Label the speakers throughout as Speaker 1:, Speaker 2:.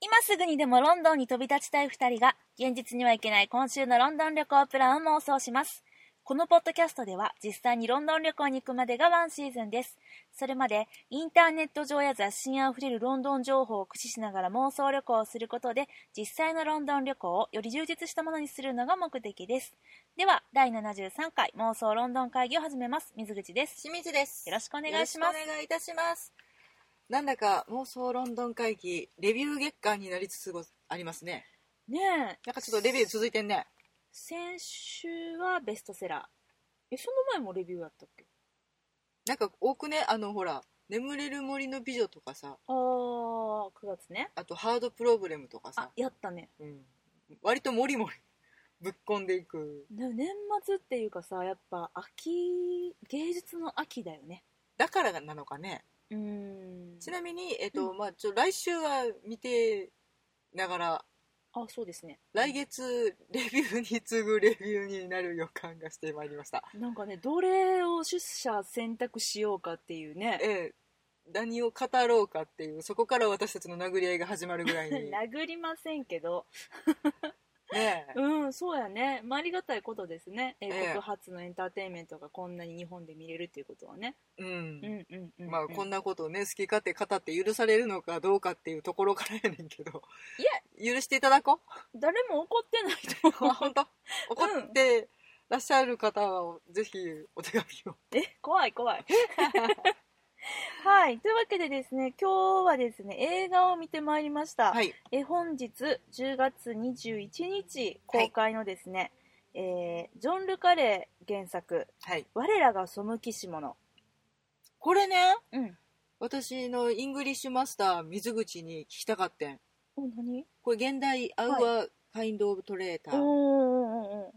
Speaker 1: 今すぐにでもロンドンに飛び立ちたい2人が現実には行けない今週のロンドン旅行プランを妄想しますこのポッドキャストでは実際にロンドン旅行に行くまでがワンシーズンですそれまでインターネット上や雑誌にあふれるロンドン情報を駆使しながら妄想旅行をすることで実際のロンドン旅行をより充実したものにするのが目的ですでは第73回妄想ロンドン会議を始めます水口です
Speaker 2: 清水です。
Speaker 1: よろしくお願いします
Speaker 2: よろくお願いいたします。なんだか妄想ロンドン会議レビュー月間になりつつごありますね。
Speaker 1: ねえ
Speaker 2: なんかちょっとレビュー続いてんね。
Speaker 1: 先週はベストセラーえその前もレビューやったっけ
Speaker 2: なんか多くねあのほら眠れる森の美女とかさ、
Speaker 1: あー9月ね
Speaker 2: あとハードプログラムとか
Speaker 1: あ
Speaker 2: さ、
Speaker 1: やったね
Speaker 2: うん、割とモリモリぶっこんでいく。
Speaker 1: でも年末っていうかさやっぱ秋芸術の秋だよね
Speaker 2: だからなのかね。
Speaker 1: うーん
Speaker 2: ちなみにえっと、まあちょ来週は見てながら。
Speaker 1: あそうですね
Speaker 2: 来月レビューに次ぐレビューになる予感がしてまいりました
Speaker 1: なんかねどれを出社選択しようかっていうね
Speaker 2: ええ、何を語ろうかっていうそこから私たちの殴り合いが始まるぐら い にね
Speaker 1: 殴りませんけど
Speaker 2: え
Speaker 1: うんそうやね、まあ、ありがたいことですね英
Speaker 2: ええ
Speaker 1: 国発のエンターテインメントがこんなに日本で見れるっていうことはね
Speaker 2: うん
Speaker 1: うんうんうん、うん、
Speaker 2: まあこん
Speaker 1: い
Speaker 2: なことをね好き勝手語って許されるのかどうかっていうところからやねんけどいや許していただこ
Speaker 1: 誰も怒ってないう と思う
Speaker 2: 本当怒ってらっしゃる方はぜひお手紙を
Speaker 1: え怖い怖い はいというわけでですね今日はですね映画を見てまいりました、
Speaker 2: はい
Speaker 1: え本日10月21日公開のですね、えージョン・ルカレー原作
Speaker 2: はい
Speaker 1: 「我らが背きし者
Speaker 2: これね」
Speaker 1: うん
Speaker 2: 私のイングリッシュマスター水口に聞きたかってん
Speaker 1: お何
Speaker 2: これ現代アウアカインド・オブ・トレータ
Speaker 1: おー
Speaker 2: ー
Speaker 1: おーおー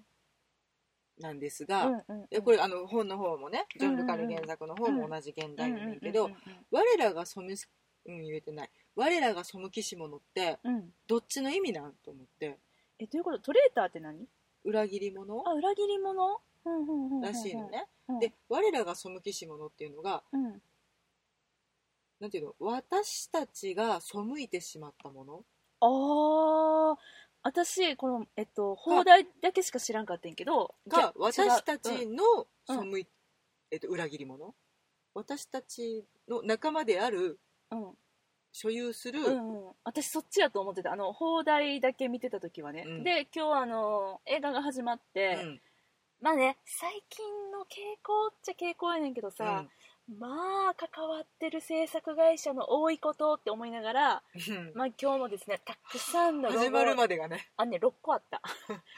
Speaker 2: なんです
Speaker 1: お
Speaker 2: が、
Speaker 1: ーうんうん
Speaker 2: でこれあの本の方もねジョン・ルカル原作の方
Speaker 1: う
Speaker 2: も
Speaker 1: ん
Speaker 2: 同じ現
Speaker 1: う
Speaker 2: 代
Speaker 1: ん
Speaker 2: な
Speaker 1: うんん
Speaker 2: だけど、
Speaker 1: うん
Speaker 2: 我らが背きうん言えてない我らが背きし者って
Speaker 1: うんうん
Speaker 2: どっちの意味なんと思って
Speaker 1: えということトレーターって何
Speaker 2: 裏切り者
Speaker 1: あ裏切り者うんうんうんうんうん
Speaker 2: らしいのね、
Speaker 1: うん
Speaker 2: で我らが背きし者っていうのが
Speaker 1: うん
Speaker 2: なんていうの私たちが背いてしまったもの
Speaker 1: ああ私このえっと放題だけしか知らんかったんやけど
Speaker 2: が
Speaker 1: じゃ違う
Speaker 2: 私た
Speaker 1: うん
Speaker 2: ちの背
Speaker 1: う
Speaker 2: い、えっと、裏切り者私たちの仲間である
Speaker 1: うん
Speaker 2: 所有する、
Speaker 1: うんうん、私そっちやと思ってたあの放題だけ見てた時はね、
Speaker 2: うん
Speaker 1: で今日あの映画が始まって、
Speaker 2: うん
Speaker 1: まあね最近の傾向っちゃ傾向やねんけどさ、まあ関わってる制作会社の多いことって思いながら
Speaker 2: うん
Speaker 1: まあ今日もですねたくさんのロゴ
Speaker 2: 始まるまでがね
Speaker 1: あね6個あった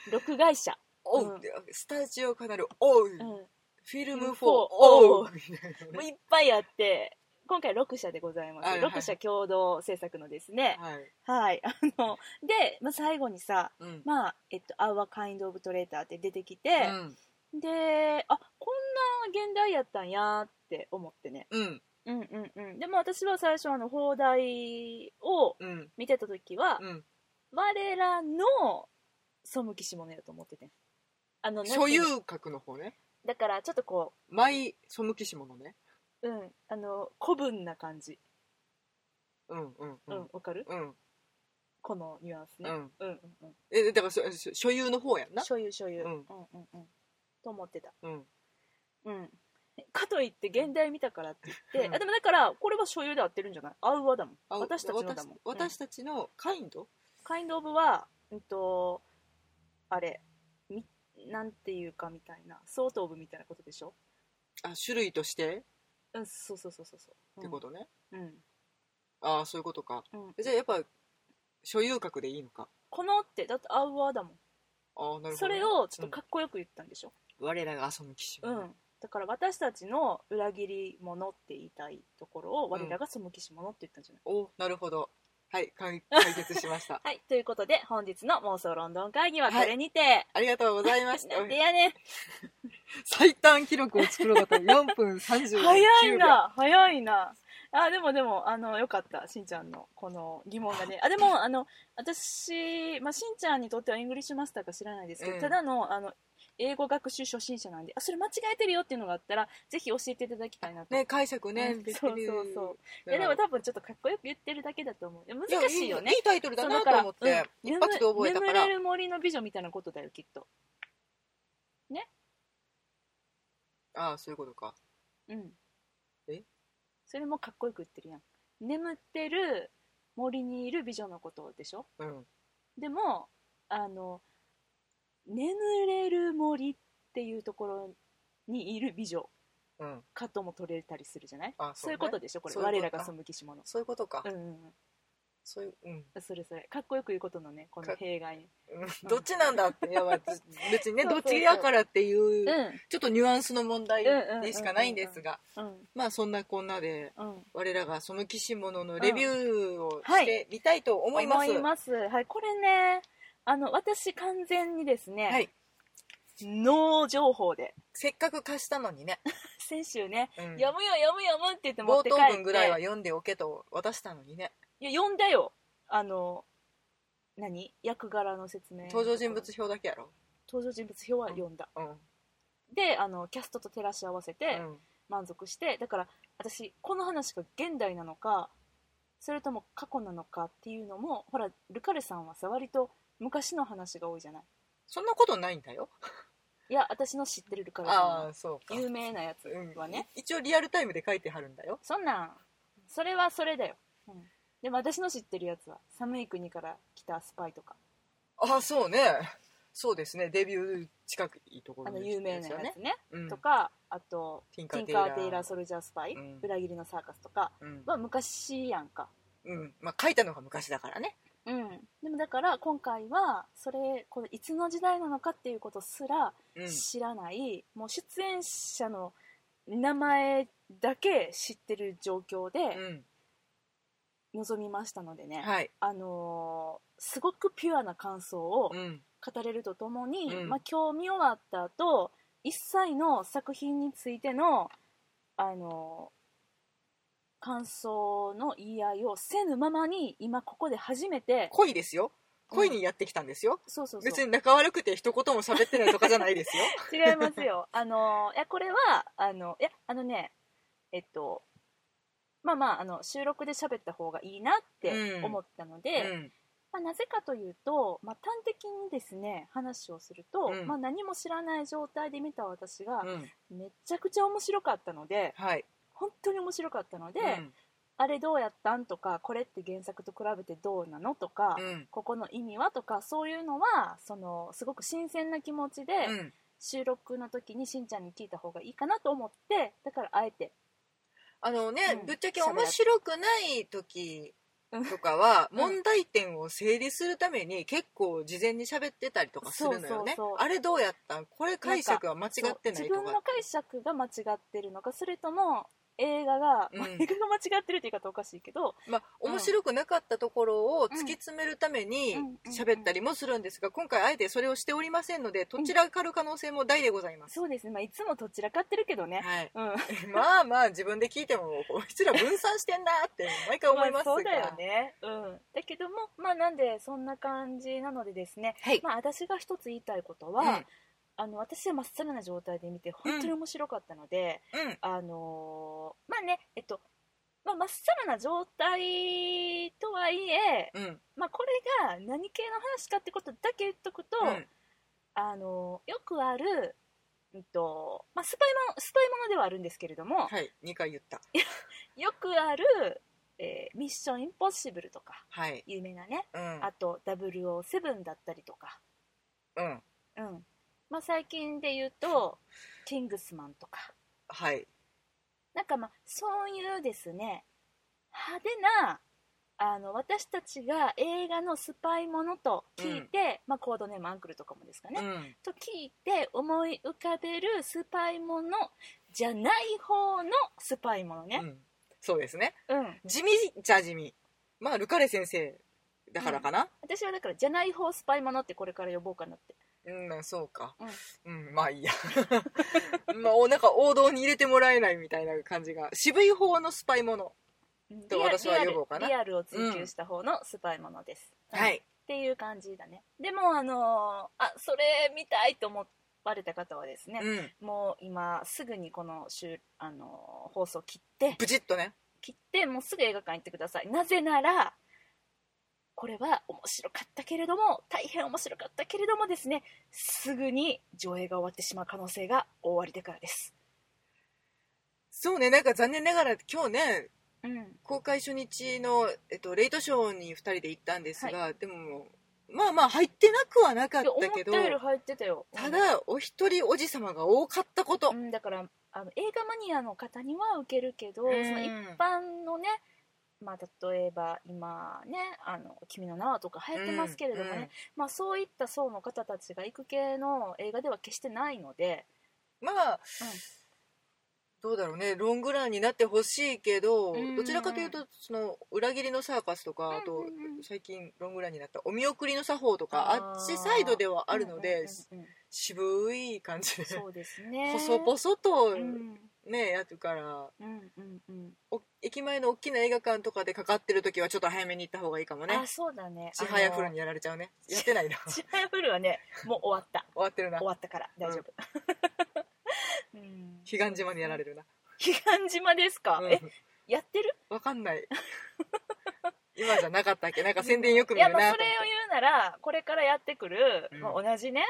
Speaker 1: 6会社
Speaker 2: お
Speaker 1: う
Speaker 2: う、
Speaker 1: ん
Speaker 2: スタジオカナルおう、
Speaker 1: うん
Speaker 2: フ
Speaker 1: も
Speaker 2: ィルム
Speaker 1: フィル
Speaker 2: 4
Speaker 1: ムフォー
Speaker 2: お
Speaker 1: お
Speaker 2: う
Speaker 1: う
Speaker 2: みたいな
Speaker 1: う
Speaker 2: ね
Speaker 1: いっぱいあって今回6社でございます、
Speaker 2: はいはい
Speaker 1: 6社共同制作のですね
Speaker 2: はい、
Speaker 1: はい あので、まあ、最後にさ
Speaker 2: うん
Speaker 1: まあ、えっと、アワカインドオブトレーターって出てきて、で、あ、こんな現代やったんやって思ってね。
Speaker 2: うんうん
Speaker 1: うんうんうん。でも私は最初あの、放題を
Speaker 2: うん
Speaker 1: 見てた時は、
Speaker 2: うん
Speaker 1: 我らの背きし者やと思ってて。あの、なんていうの
Speaker 2: 所有格の方ね
Speaker 1: だからちょっとこ
Speaker 2: マイ背きし者ね
Speaker 1: う、うん、あの、古文な感じ。
Speaker 2: うんうんう
Speaker 1: うんん、わかる
Speaker 2: うん
Speaker 1: このニュアンス
Speaker 2: う
Speaker 1: ね。
Speaker 2: ん
Speaker 1: うんうんうん。
Speaker 2: えだから所所有の方やんな
Speaker 1: 所有所有。
Speaker 2: う
Speaker 1: うんんうんうん。と思ってた。
Speaker 2: うん
Speaker 1: うん、かといって現代見たからって言って、
Speaker 2: うん
Speaker 1: あでもだからこれは所有で合ってるんじゃないアウアだもん
Speaker 2: あ
Speaker 1: 私たちのだもん
Speaker 2: 私
Speaker 1: うん
Speaker 2: たちのカインド
Speaker 1: カインド・オブは、うんとあれみなんていうかみたいな相当部みたいなことでしょ
Speaker 2: あ種類として
Speaker 1: うんそうそうそうそうそう
Speaker 2: ってことね、
Speaker 1: うん、うん
Speaker 2: ああそういうことか
Speaker 1: うん
Speaker 2: じゃあやっぱ所有格でいいのか
Speaker 1: このってだってアウアだもん
Speaker 2: ああなるほど
Speaker 1: それをちょっとかっこよく言ったんでしょ
Speaker 2: 我らが背きし
Speaker 1: うん、
Speaker 2: 者、
Speaker 1: だから私たちの裏切り者って言いたいところを我らが背きし者って言ったんじゃない、
Speaker 2: おなるほどはい解解決しました
Speaker 1: はいということで本日の妄想ロンドン会議はこれにて、
Speaker 2: ありがとうございました
Speaker 1: なんでやねん
Speaker 2: 最短記録を作ろうだったら4分39秒
Speaker 1: 早いな早いなあでもでもあのよかったしんちゃんのこの疑問がねあでもあの私、まあ、しんちゃんにとってはイングリッシュマスターか知らないですけど、
Speaker 2: うん
Speaker 1: ただのあの英語学習初心者なんであそれ間違えてるよっていうのがあったらぜひ教えていただきたいなと、
Speaker 2: ね解釈ね
Speaker 1: うん
Speaker 2: 別
Speaker 1: そう
Speaker 2: に
Speaker 1: そうそうい
Speaker 2: な
Speaker 1: や
Speaker 2: る
Speaker 1: で
Speaker 2: ほ
Speaker 1: も
Speaker 2: ど
Speaker 1: 多分ちょっとかっこよく言ってるだけだと思ういや難しいよね
Speaker 2: やいいタイトルだ
Speaker 1: そう
Speaker 2: な
Speaker 1: だ
Speaker 2: と
Speaker 1: から
Speaker 2: 思って
Speaker 1: うん
Speaker 2: 一発で覚えたか
Speaker 1: 眠
Speaker 2: ら
Speaker 1: 眠れる森の美女みたいなことだよきっと
Speaker 2: ああそういうことか
Speaker 1: うん
Speaker 2: え
Speaker 1: それもかっこよく言ってるやん眠ってる森にいる美女のことでしょ
Speaker 2: うん
Speaker 1: でもあの眠れる森っていうところにいる美女
Speaker 2: うん
Speaker 1: かとも取れたりするじゃない
Speaker 2: あ
Speaker 1: そう
Speaker 2: ね
Speaker 1: いうことでしょこれ
Speaker 2: そういうこと
Speaker 1: 我らが背きし者
Speaker 2: そういうことか
Speaker 1: うんうんうん
Speaker 2: そういううん
Speaker 1: それそれかっこよく言うことのねこの弊害
Speaker 2: うん どっちなんだってやばい別にね
Speaker 1: そう
Speaker 2: ど
Speaker 1: そうそう
Speaker 2: っちやからっていううんちょっとニュアンスの問題
Speaker 1: うんうんうん
Speaker 2: でしかないんですが
Speaker 1: うん
Speaker 2: まあそんなこんなで
Speaker 1: うん
Speaker 2: 我らがその岸物のレビューを
Speaker 1: は
Speaker 2: し
Speaker 1: い
Speaker 2: てみたいと思います、
Speaker 1: はいこれねあの私完全にですね、
Speaker 2: はい
Speaker 1: 脳情報で
Speaker 2: せっかく貸したのにね、
Speaker 1: 先週ね
Speaker 2: うん
Speaker 1: 読むよ読むよ読むって言って持っ
Speaker 2: 冒
Speaker 1: て帰っ
Speaker 2: 頭
Speaker 1: て
Speaker 2: 文ぐらいは読んでおけと渡したのにね
Speaker 1: いや読んだよあの何役柄の説明
Speaker 2: 登場人物表だけやろ
Speaker 1: 登場人物表は読んだ、
Speaker 2: うん、
Speaker 1: であのキャストと照らし合わせて
Speaker 2: うん
Speaker 1: 満足して、だから私この話が現代なのかそれとも過去なのかっていうのもほらルカレさんはさ割と昔の話が多いじゃない
Speaker 2: そんなことないんだよ
Speaker 1: いや私の知ってるルカレさん
Speaker 2: あ
Speaker 1: は
Speaker 2: あそうか
Speaker 1: 有名なやつはね、
Speaker 2: うん、一応リアルタイムで書いてはるんだよ
Speaker 1: そんなんそれはそれだよ、うん、でも私の知ってるやつは寒い国から来たスパイとか
Speaker 2: ああそうねそうですねデビュー近くいいとこ
Speaker 1: あ
Speaker 2: ろ
Speaker 1: の
Speaker 2: に
Speaker 1: 有名なや
Speaker 2: ですよね
Speaker 1: つね
Speaker 2: うん
Speaker 1: とかあと
Speaker 2: ティンカ
Speaker 1: ティン
Speaker 2: ー・テイ
Speaker 1: カ
Speaker 2: ラ
Speaker 1: ー・
Speaker 2: ー
Speaker 1: テイラー・ソルジャー・スパイ、
Speaker 2: うん
Speaker 1: 裏切りのサーカスとか
Speaker 2: うん
Speaker 1: は昔やんか、
Speaker 2: うんまあ、書いたのが昔だからね
Speaker 1: うん、でもだから今回はそれこれいつの時代なのかっていうことすら
Speaker 2: うん
Speaker 1: 知らない、もう出演者の名前だけ知ってる状況で臨みましたのでね、
Speaker 2: うんはい
Speaker 1: あのーすごくピュアな感想を
Speaker 2: うん
Speaker 1: 語れるとともに、
Speaker 2: うん
Speaker 1: まあ、今日見終わった後一切の作品についての、あのー感想の言い合いをせぬままに今ここで初めて
Speaker 2: 恋ですよ恋にやってきたんですよ、
Speaker 1: そうそうそう
Speaker 2: 別に仲悪くて一言も喋ってないとかじゃないですよ
Speaker 1: 違いますよ あのいやこれはあのいやあのねえっとまあまああの収録で喋った方がいいなって
Speaker 2: うん
Speaker 1: 思ったので、
Speaker 2: うん
Speaker 1: まあ、なぜかというと、まあ、端的にですね話をすると、
Speaker 2: うん
Speaker 1: まあ、何も知らない状態で見た私が
Speaker 2: うん
Speaker 1: めちゃくちゃ面白かったので
Speaker 2: はい
Speaker 1: 本当に面白かったので、
Speaker 2: うん
Speaker 1: あれどうやったんとかこれって原作と比べてどうなのとか、
Speaker 2: うん
Speaker 1: ここの意味はとかそういうのはそのすごく新鮮な気持ちで、
Speaker 2: うん
Speaker 1: 収録の時にしんちゃんに聞いた方がいいかなと思ってだからあえて
Speaker 2: あのね、
Speaker 1: うん
Speaker 2: ぶっちゃけ面白くない時とかは
Speaker 1: うん
Speaker 2: 問題点を整理するために結構事前に喋ってたりとかするのよね
Speaker 1: そうそうそう
Speaker 2: あれどうやったんこれ解釈は間違ってな
Speaker 1: そう
Speaker 2: い
Speaker 1: 自
Speaker 2: と
Speaker 1: 分の
Speaker 2: か
Speaker 1: 解釈が間違ってるのかそれとも映画が、
Speaker 2: うん
Speaker 1: まあ映画が間違ってるという言い方おかしいけど、
Speaker 2: まあ、
Speaker 1: うん
Speaker 2: 面白くなかったところを突き詰めるために
Speaker 1: うん
Speaker 2: 喋ったりもするんですが今回あえてそれをしておりませんのでどちらかる可能性も大でございます、
Speaker 1: そうですね、まあ、いつもどちらかってるけどね、
Speaker 2: はい、
Speaker 1: うん、
Speaker 2: まあまあ自分で聞いてもこいつら分散してんなって毎回思いますが、
Speaker 1: あそうだよね、うん、だけどもまあなんでそんな感じなのでですね、
Speaker 2: はい
Speaker 1: まあ、私が一つ言いたいことは、
Speaker 2: うん
Speaker 1: あの私はまっさらな状態で見て本当に面白かったので、
Speaker 2: うん
Speaker 1: あのーまあね、えっと、まあ、真っさらな状態とはいえ、
Speaker 2: うん
Speaker 1: まあ、これが何系の話かってことだけ言っとくと、
Speaker 2: うん
Speaker 1: あのーよくある、うんとまあ、スパイものスパイものではあるんですけれども、
Speaker 2: はい2回言った
Speaker 1: よくある、えーミッションインポッシブル」とか
Speaker 2: はい
Speaker 1: 有名なね、
Speaker 2: うん
Speaker 1: あと「007」だったりとか、
Speaker 2: うん
Speaker 1: うんまあ、最近で言うと「キングスマン」とか。
Speaker 2: はい
Speaker 1: なんかまあそういうですね派手なあの私たちが映画のスパイものと聞いて、まあ、コードネームアンクルとかもですかね、
Speaker 2: うん
Speaker 1: と聞いて思い浮かべるスパイものじゃない方のスパイものね
Speaker 2: う、ん、そうですね
Speaker 1: うん
Speaker 2: 地味じゃ地味まあルカレ先生だからかな、
Speaker 1: 私はだからじゃない方スパイものってこれから呼ぼうかなって
Speaker 2: うん、そうか。うん、まあいいや。 まあ、おなんか王道に入れてもらえないみたいな感じが。渋い方のスパイもの。
Speaker 1: うん
Speaker 2: と
Speaker 1: リア
Speaker 2: 私は呼ぼうかな
Speaker 1: リアルリアルを追求した方のスパイものです、うん
Speaker 2: はい。
Speaker 1: っていう感じだねでもあのーあそれ見たいと思っバレた方はですね、
Speaker 2: うん。
Speaker 1: もう今すぐにこの週あの放送切って
Speaker 2: ブチッとね。
Speaker 1: 切ってもうすぐ映画館行ってくださいなぜならこれは面白かったけれども大変面白かったけれどもですねすぐに上映が終わってしまう可能性が終わりでからです
Speaker 2: そうね、なんか残念ながら今日ね、
Speaker 1: うん
Speaker 2: 公開初日の、えっと、レイトショーに2人で行ったんですが、でも、まあまあ入ってなくはなかっ
Speaker 1: いや思
Speaker 2: た
Speaker 1: っ
Speaker 2: けど、
Speaker 1: たより入ってたよ
Speaker 2: ただ、お一人おじ様が多かったこと
Speaker 1: う。ん、だからあの映画マニアの方には受けるけど、
Speaker 2: うん
Speaker 1: その一般のね、まあ、例えば今ね「あの君の名は」とか流行ってますけれどもね、
Speaker 2: うんうん
Speaker 1: まあ、そういった層の方たちが行く系の映画では決してないので、
Speaker 2: まあ、どうだろうねロングランになってほしいけど、
Speaker 1: うん
Speaker 2: どちらかというとその裏切りのサーカスとか、あ
Speaker 1: うん
Speaker 2: と
Speaker 1: うんうん
Speaker 2: 最近ロングランになったお見送りの作法とか
Speaker 1: あー
Speaker 2: あっちサイドではあるので、
Speaker 1: うんうんうんうん
Speaker 2: 渋い感じで
Speaker 1: そうですね
Speaker 2: 細々と
Speaker 1: う
Speaker 2: ね、
Speaker 1: ん
Speaker 2: やるから
Speaker 1: うんうんうん
Speaker 2: お駅前の大きな映画館とかでかかってる時はちょっと早めに行った方がいいかもね
Speaker 1: あそうだね
Speaker 2: ちはやふる
Speaker 1: に
Speaker 2: にやられちゃうねやってないな終
Speaker 1: ちはやふるはねもう終わった
Speaker 2: わってるな
Speaker 1: 終わったから大丈夫、 うん、
Speaker 2: 彼岸島にやられるな、
Speaker 1: 彼岸島ですか、
Speaker 2: うん
Speaker 1: えやってる
Speaker 2: わかんない 今じゃなかったっけなんか宣伝よく見るなと
Speaker 1: いやま
Speaker 2: 思
Speaker 1: あ
Speaker 2: っ
Speaker 1: そ
Speaker 2: て
Speaker 1: れを言うならこれからやってくる、
Speaker 2: うん
Speaker 1: まあ、同じね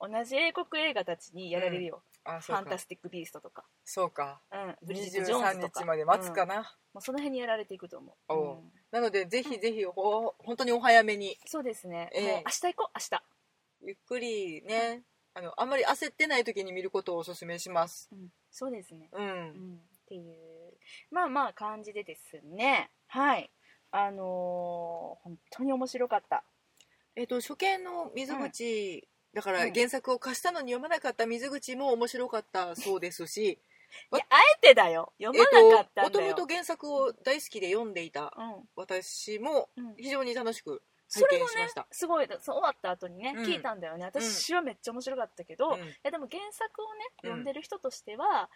Speaker 1: 同じ英国映画たちにやられるよ、
Speaker 2: あ
Speaker 1: フ
Speaker 2: そう
Speaker 1: ァン
Speaker 2: か
Speaker 1: タスティック・ビーストとか、
Speaker 2: そうか
Speaker 1: うん、ブリジット・ジョーンズと
Speaker 2: 23
Speaker 1: か
Speaker 2: 日まで待つか
Speaker 1: うん
Speaker 2: な、
Speaker 1: もうその辺にやられていくと思う、
Speaker 2: おう
Speaker 1: うん
Speaker 2: なのでぜひぜひほ本当にお早めに
Speaker 1: そうですね、
Speaker 2: ええ
Speaker 1: もう明日行こう明日
Speaker 2: ゆっくりねあのあんまり焦ってない時に見ることをおすすめします
Speaker 1: うん、そうですね、
Speaker 2: うん、
Speaker 1: うん、っていうまあまあ感じでですねはいあのー本当に面白かった
Speaker 2: えっ、と初見の水口、だか
Speaker 1: う
Speaker 2: ら
Speaker 1: ん
Speaker 2: 原作を貸したのに読まなかった水口も面白かったそうですし、
Speaker 1: いやあえてだよ読まなかった
Speaker 2: も
Speaker 1: んだ
Speaker 2: と
Speaker 1: よ、
Speaker 2: もと原作を大好きで読んでいた私も
Speaker 1: うんうん
Speaker 2: 非常に楽しく
Speaker 1: そ
Speaker 2: 拝
Speaker 1: れも
Speaker 2: 見
Speaker 1: ね
Speaker 2: しました、
Speaker 1: すごいそう終わった後にね、
Speaker 2: うん
Speaker 1: 聞いたんだよね私はめっちゃ面白かったけど、いやでも原作をね
Speaker 2: うん
Speaker 1: 読んでる人としては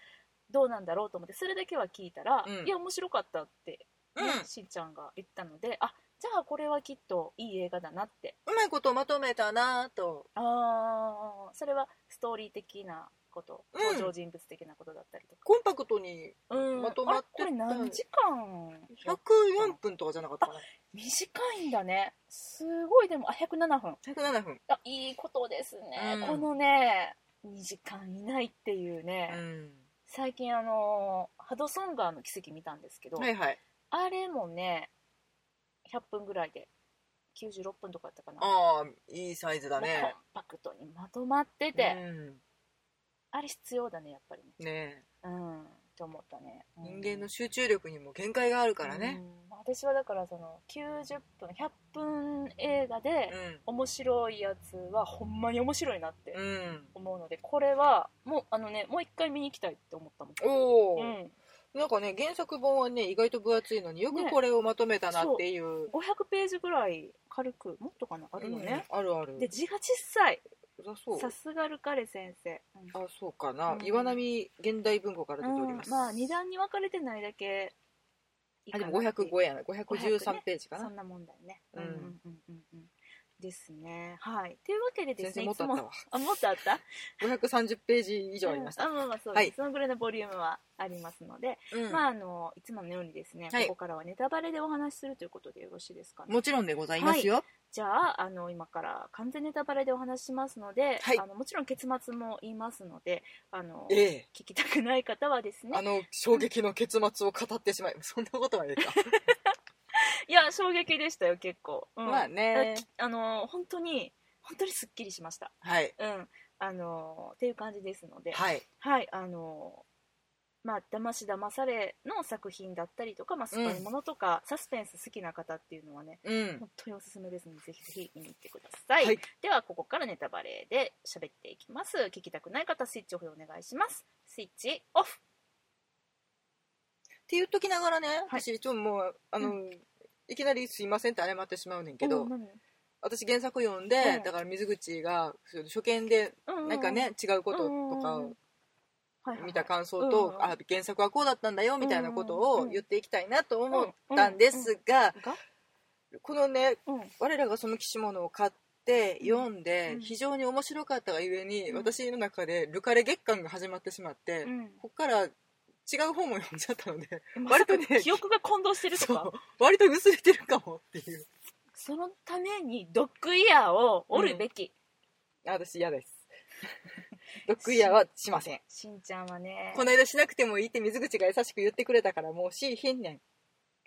Speaker 1: どうなんだろうと思ってそれだけは聞いたら、
Speaker 2: うん
Speaker 1: いや面白かったって、
Speaker 2: う
Speaker 1: ね
Speaker 2: ん、うん
Speaker 1: しんちゃんが言ったのであじゃあこれはきっといい映画だなって
Speaker 2: うまいことまとめたなぁと
Speaker 1: あーそれはストーリー的なこと
Speaker 2: うん
Speaker 1: 登場人物的なことだったりとか、
Speaker 2: コンパクトに
Speaker 1: うん
Speaker 2: まとまって
Speaker 1: あれこれ何時間
Speaker 2: 104分とかじゃなかったかな
Speaker 1: 短いんだねすごいでもあ107分
Speaker 2: 107分
Speaker 1: あいいことですね、
Speaker 2: うん
Speaker 1: このね2時間以内っていうね、
Speaker 2: う
Speaker 1: 最近あのハドソン川の奇跡見たんですけど、
Speaker 2: ん、はいはい
Speaker 1: あれもね100分ぐらいで96分とかやったかな
Speaker 2: ああいいサイズだ
Speaker 1: もう
Speaker 2: ね
Speaker 1: コンパクトにまとまってて、あれ必要だねやっぱりね
Speaker 2: うん、ね
Speaker 1: うんと思ったね、
Speaker 2: え
Speaker 1: うん
Speaker 2: 人間の集中力にも限界があるからね
Speaker 1: うん私はだからその90分100分映画で
Speaker 2: う
Speaker 1: 面白いやつはほんまに面白いなって
Speaker 2: ん、うん
Speaker 1: 思うのでこれはもうあのねもう一回見に行きたいって思ったもん
Speaker 2: おお、
Speaker 1: うん、
Speaker 2: なんかね原作本はね意外と分厚いのによく
Speaker 1: ね
Speaker 2: これをまとめたなっていう,
Speaker 1: 500ページぐらい軽くもっとかなあ
Speaker 2: うん、
Speaker 1: るよね、
Speaker 2: あるある
Speaker 1: で字が小さい
Speaker 2: だそう
Speaker 1: さすがルカレ先生、うん
Speaker 2: あそうかな、
Speaker 1: うん
Speaker 2: 岩波現代文庫から出ております、
Speaker 1: うんまあ二段に分かれてないだけいい
Speaker 2: あ
Speaker 1: か
Speaker 2: で
Speaker 1: な
Speaker 2: も505やな
Speaker 1: 500
Speaker 2: 513
Speaker 1: ね
Speaker 2: ページかな、
Speaker 1: そんな問題ねう
Speaker 2: うんん
Speaker 1: うんうんうんうんですねはいというわけでで
Speaker 2: 全
Speaker 1: すね
Speaker 2: 然も
Speaker 1: い
Speaker 2: っ
Speaker 1: つも
Speaker 2: とあったわ
Speaker 1: あもっとあった
Speaker 2: 530ページ以上ありました、
Speaker 1: うんあまあまあそうです、
Speaker 2: はい
Speaker 1: そのぐらいのボリュームはありますので、
Speaker 2: うん
Speaker 1: まああのいつものようにですね、
Speaker 2: はい
Speaker 1: ここからはネタバレでお話しするということでよろしいですかね
Speaker 2: もちろんでございますよ、
Speaker 1: じゃああの今から完全ネタバレでお話ししますので、
Speaker 2: はい
Speaker 1: あのもちろん結末も言いますのであの
Speaker 2: ええ
Speaker 1: 聞きたくない方はですね
Speaker 2: あの衝撃の結末を語ってしまい そんなことは言えた
Speaker 1: いや衝撃でしたよ結構、うん
Speaker 2: ま あね
Speaker 1: だあの本当に本当にすっきりしました
Speaker 2: はい
Speaker 1: うんあのっていう感じですのではい、
Speaker 2: はい
Speaker 1: あのまあ騙し騙されの作品だったりとか、まあ、スパイものとか、サスペンス好きな方っていうのはね
Speaker 2: うん
Speaker 1: 本当におすすめですのでぜひぜひ見に行ってください、
Speaker 2: はい
Speaker 1: ではここからネタバレで喋っていきます聞きたくない方スイッチオフでお願いしますスイッチオフ
Speaker 2: って言っときながらね、
Speaker 1: はい
Speaker 2: 私ちょっともうあの、
Speaker 1: う
Speaker 2: いきなり「すいません」って謝ってしまうねんけど、
Speaker 1: うん何
Speaker 2: 私原作読んで、
Speaker 1: うん
Speaker 2: だから水口がそう初見で
Speaker 1: うん
Speaker 2: なんかね、違うこと
Speaker 1: うん
Speaker 2: とかを
Speaker 1: はいはいはい
Speaker 2: 見た感想と、
Speaker 1: うん
Speaker 2: あ原作はこうだったんだよみたいなことを言っていきたいなと思ったんですが、
Speaker 1: が
Speaker 2: このね
Speaker 1: うん
Speaker 2: 我らがその岸物を買っって
Speaker 1: うん
Speaker 2: 読んで、
Speaker 1: うん
Speaker 2: 非常に面白かったがゆえに、
Speaker 1: うん
Speaker 2: 私の中でルカレ月間が始まってしまって、
Speaker 1: うん
Speaker 2: こっから違う本も読んじゃったので
Speaker 1: まさ
Speaker 2: 割
Speaker 1: か
Speaker 2: とね
Speaker 1: 記憶が混同してると
Speaker 2: そ
Speaker 1: か
Speaker 2: う割と薄れてるかもっていう
Speaker 1: そのためにドッグイヤーを折るべき、
Speaker 2: あ私嫌 ですドッグイヤーはしません
Speaker 1: しんちゃんはね
Speaker 2: この間しなくてもいいって水口が優しく言ってくれたからもうしいひんねん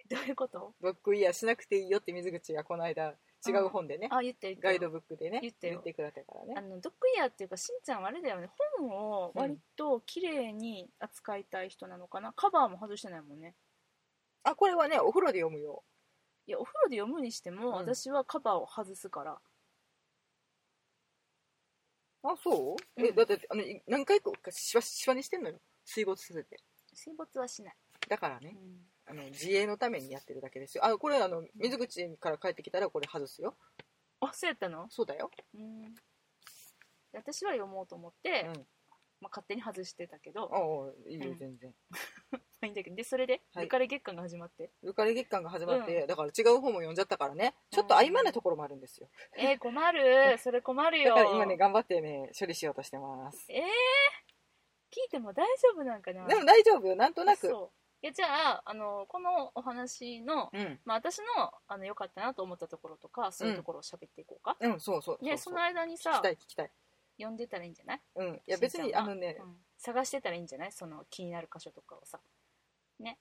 Speaker 1: どういうこと
Speaker 2: ドッグイヤーしなくていいよって水口がこの間違う本でね
Speaker 1: あ言ってる
Speaker 2: ガイドブックでね
Speaker 1: 言ってよ
Speaker 2: くれたから
Speaker 1: あ
Speaker 2: ね
Speaker 1: のドッグイヤーっていうかしんちゃんはあれだよね本を割と綺麗に扱いたい人なのかな、カバーも外してないもんね
Speaker 2: あこれはねお風呂で読むよ
Speaker 1: いやお風呂で読むにしても、
Speaker 2: うん
Speaker 1: 私はカバーを外すから
Speaker 2: あそう、
Speaker 1: うん
Speaker 2: えだってあのい何回かしわしわにしてんのよ水没させて
Speaker 1: 水没はしない、
Speaker 2: だから
Speaker 1: う
Speaker 2: ね
Speaker 1: ん
Speaker 2: あの自衛のためにやってるだけですよあこれあの水口から帰ってきたらこれ外すよ
Speaker 1: あそうやったの
Speaker 2: そうだよ
Speaker 1: うん私は読もうと思って、
Speaker 2: うん
Speaker 1: まあ、勝手に外してたけどま
Speaker 2: ああいいよ
Speaker 1: うん
Speaker 2: 全然、
Speaker 1: あいいんだけどでそれで「
Speaker 2: はい
Speaker 1: ルカレ月間」が始まって
Speaker 2: ルカレ月間が始まって、だから違う本も読んじゃったからねちょっと曖昧なところもあるんですよ
Speaker 1: 「えー、困るそれ困る
Speaker 2: だ
Speaker 1: よ
Speaker 2: から今ね頑張ってね処理しようとしてます
Speaker 1: えー、聞いても大丈夫なんかな
Speaker 2: でも大丈夫よなんとなく
Speaker 1: そういやじゃああのこのお話の、
Speaker 2: うん
Speaker 1: まあ、私のあの良かったなと思ったところとかそういうところを喋っていこうか、
Speaker 2: うんそうそう
Speaker 1: で
Speaker 2: う
Speaker 1: そうの間に
Speaker 2: 聞
Speaker 1: さ
Speaker 2: きたい聞きたい
Speaker 1: 読んでたらいいんじゃない
Speaker 2: うんいや別
Speaker 1: しん
Speaker 2: に
Speaker 1: ちゃん
Speaker 2: あ
Speaker 1: は
Speaker 2: のね
Speaker 1: う、ん探してたらいいんじゃないその気になる箇所とかをさ
Speaker 2: で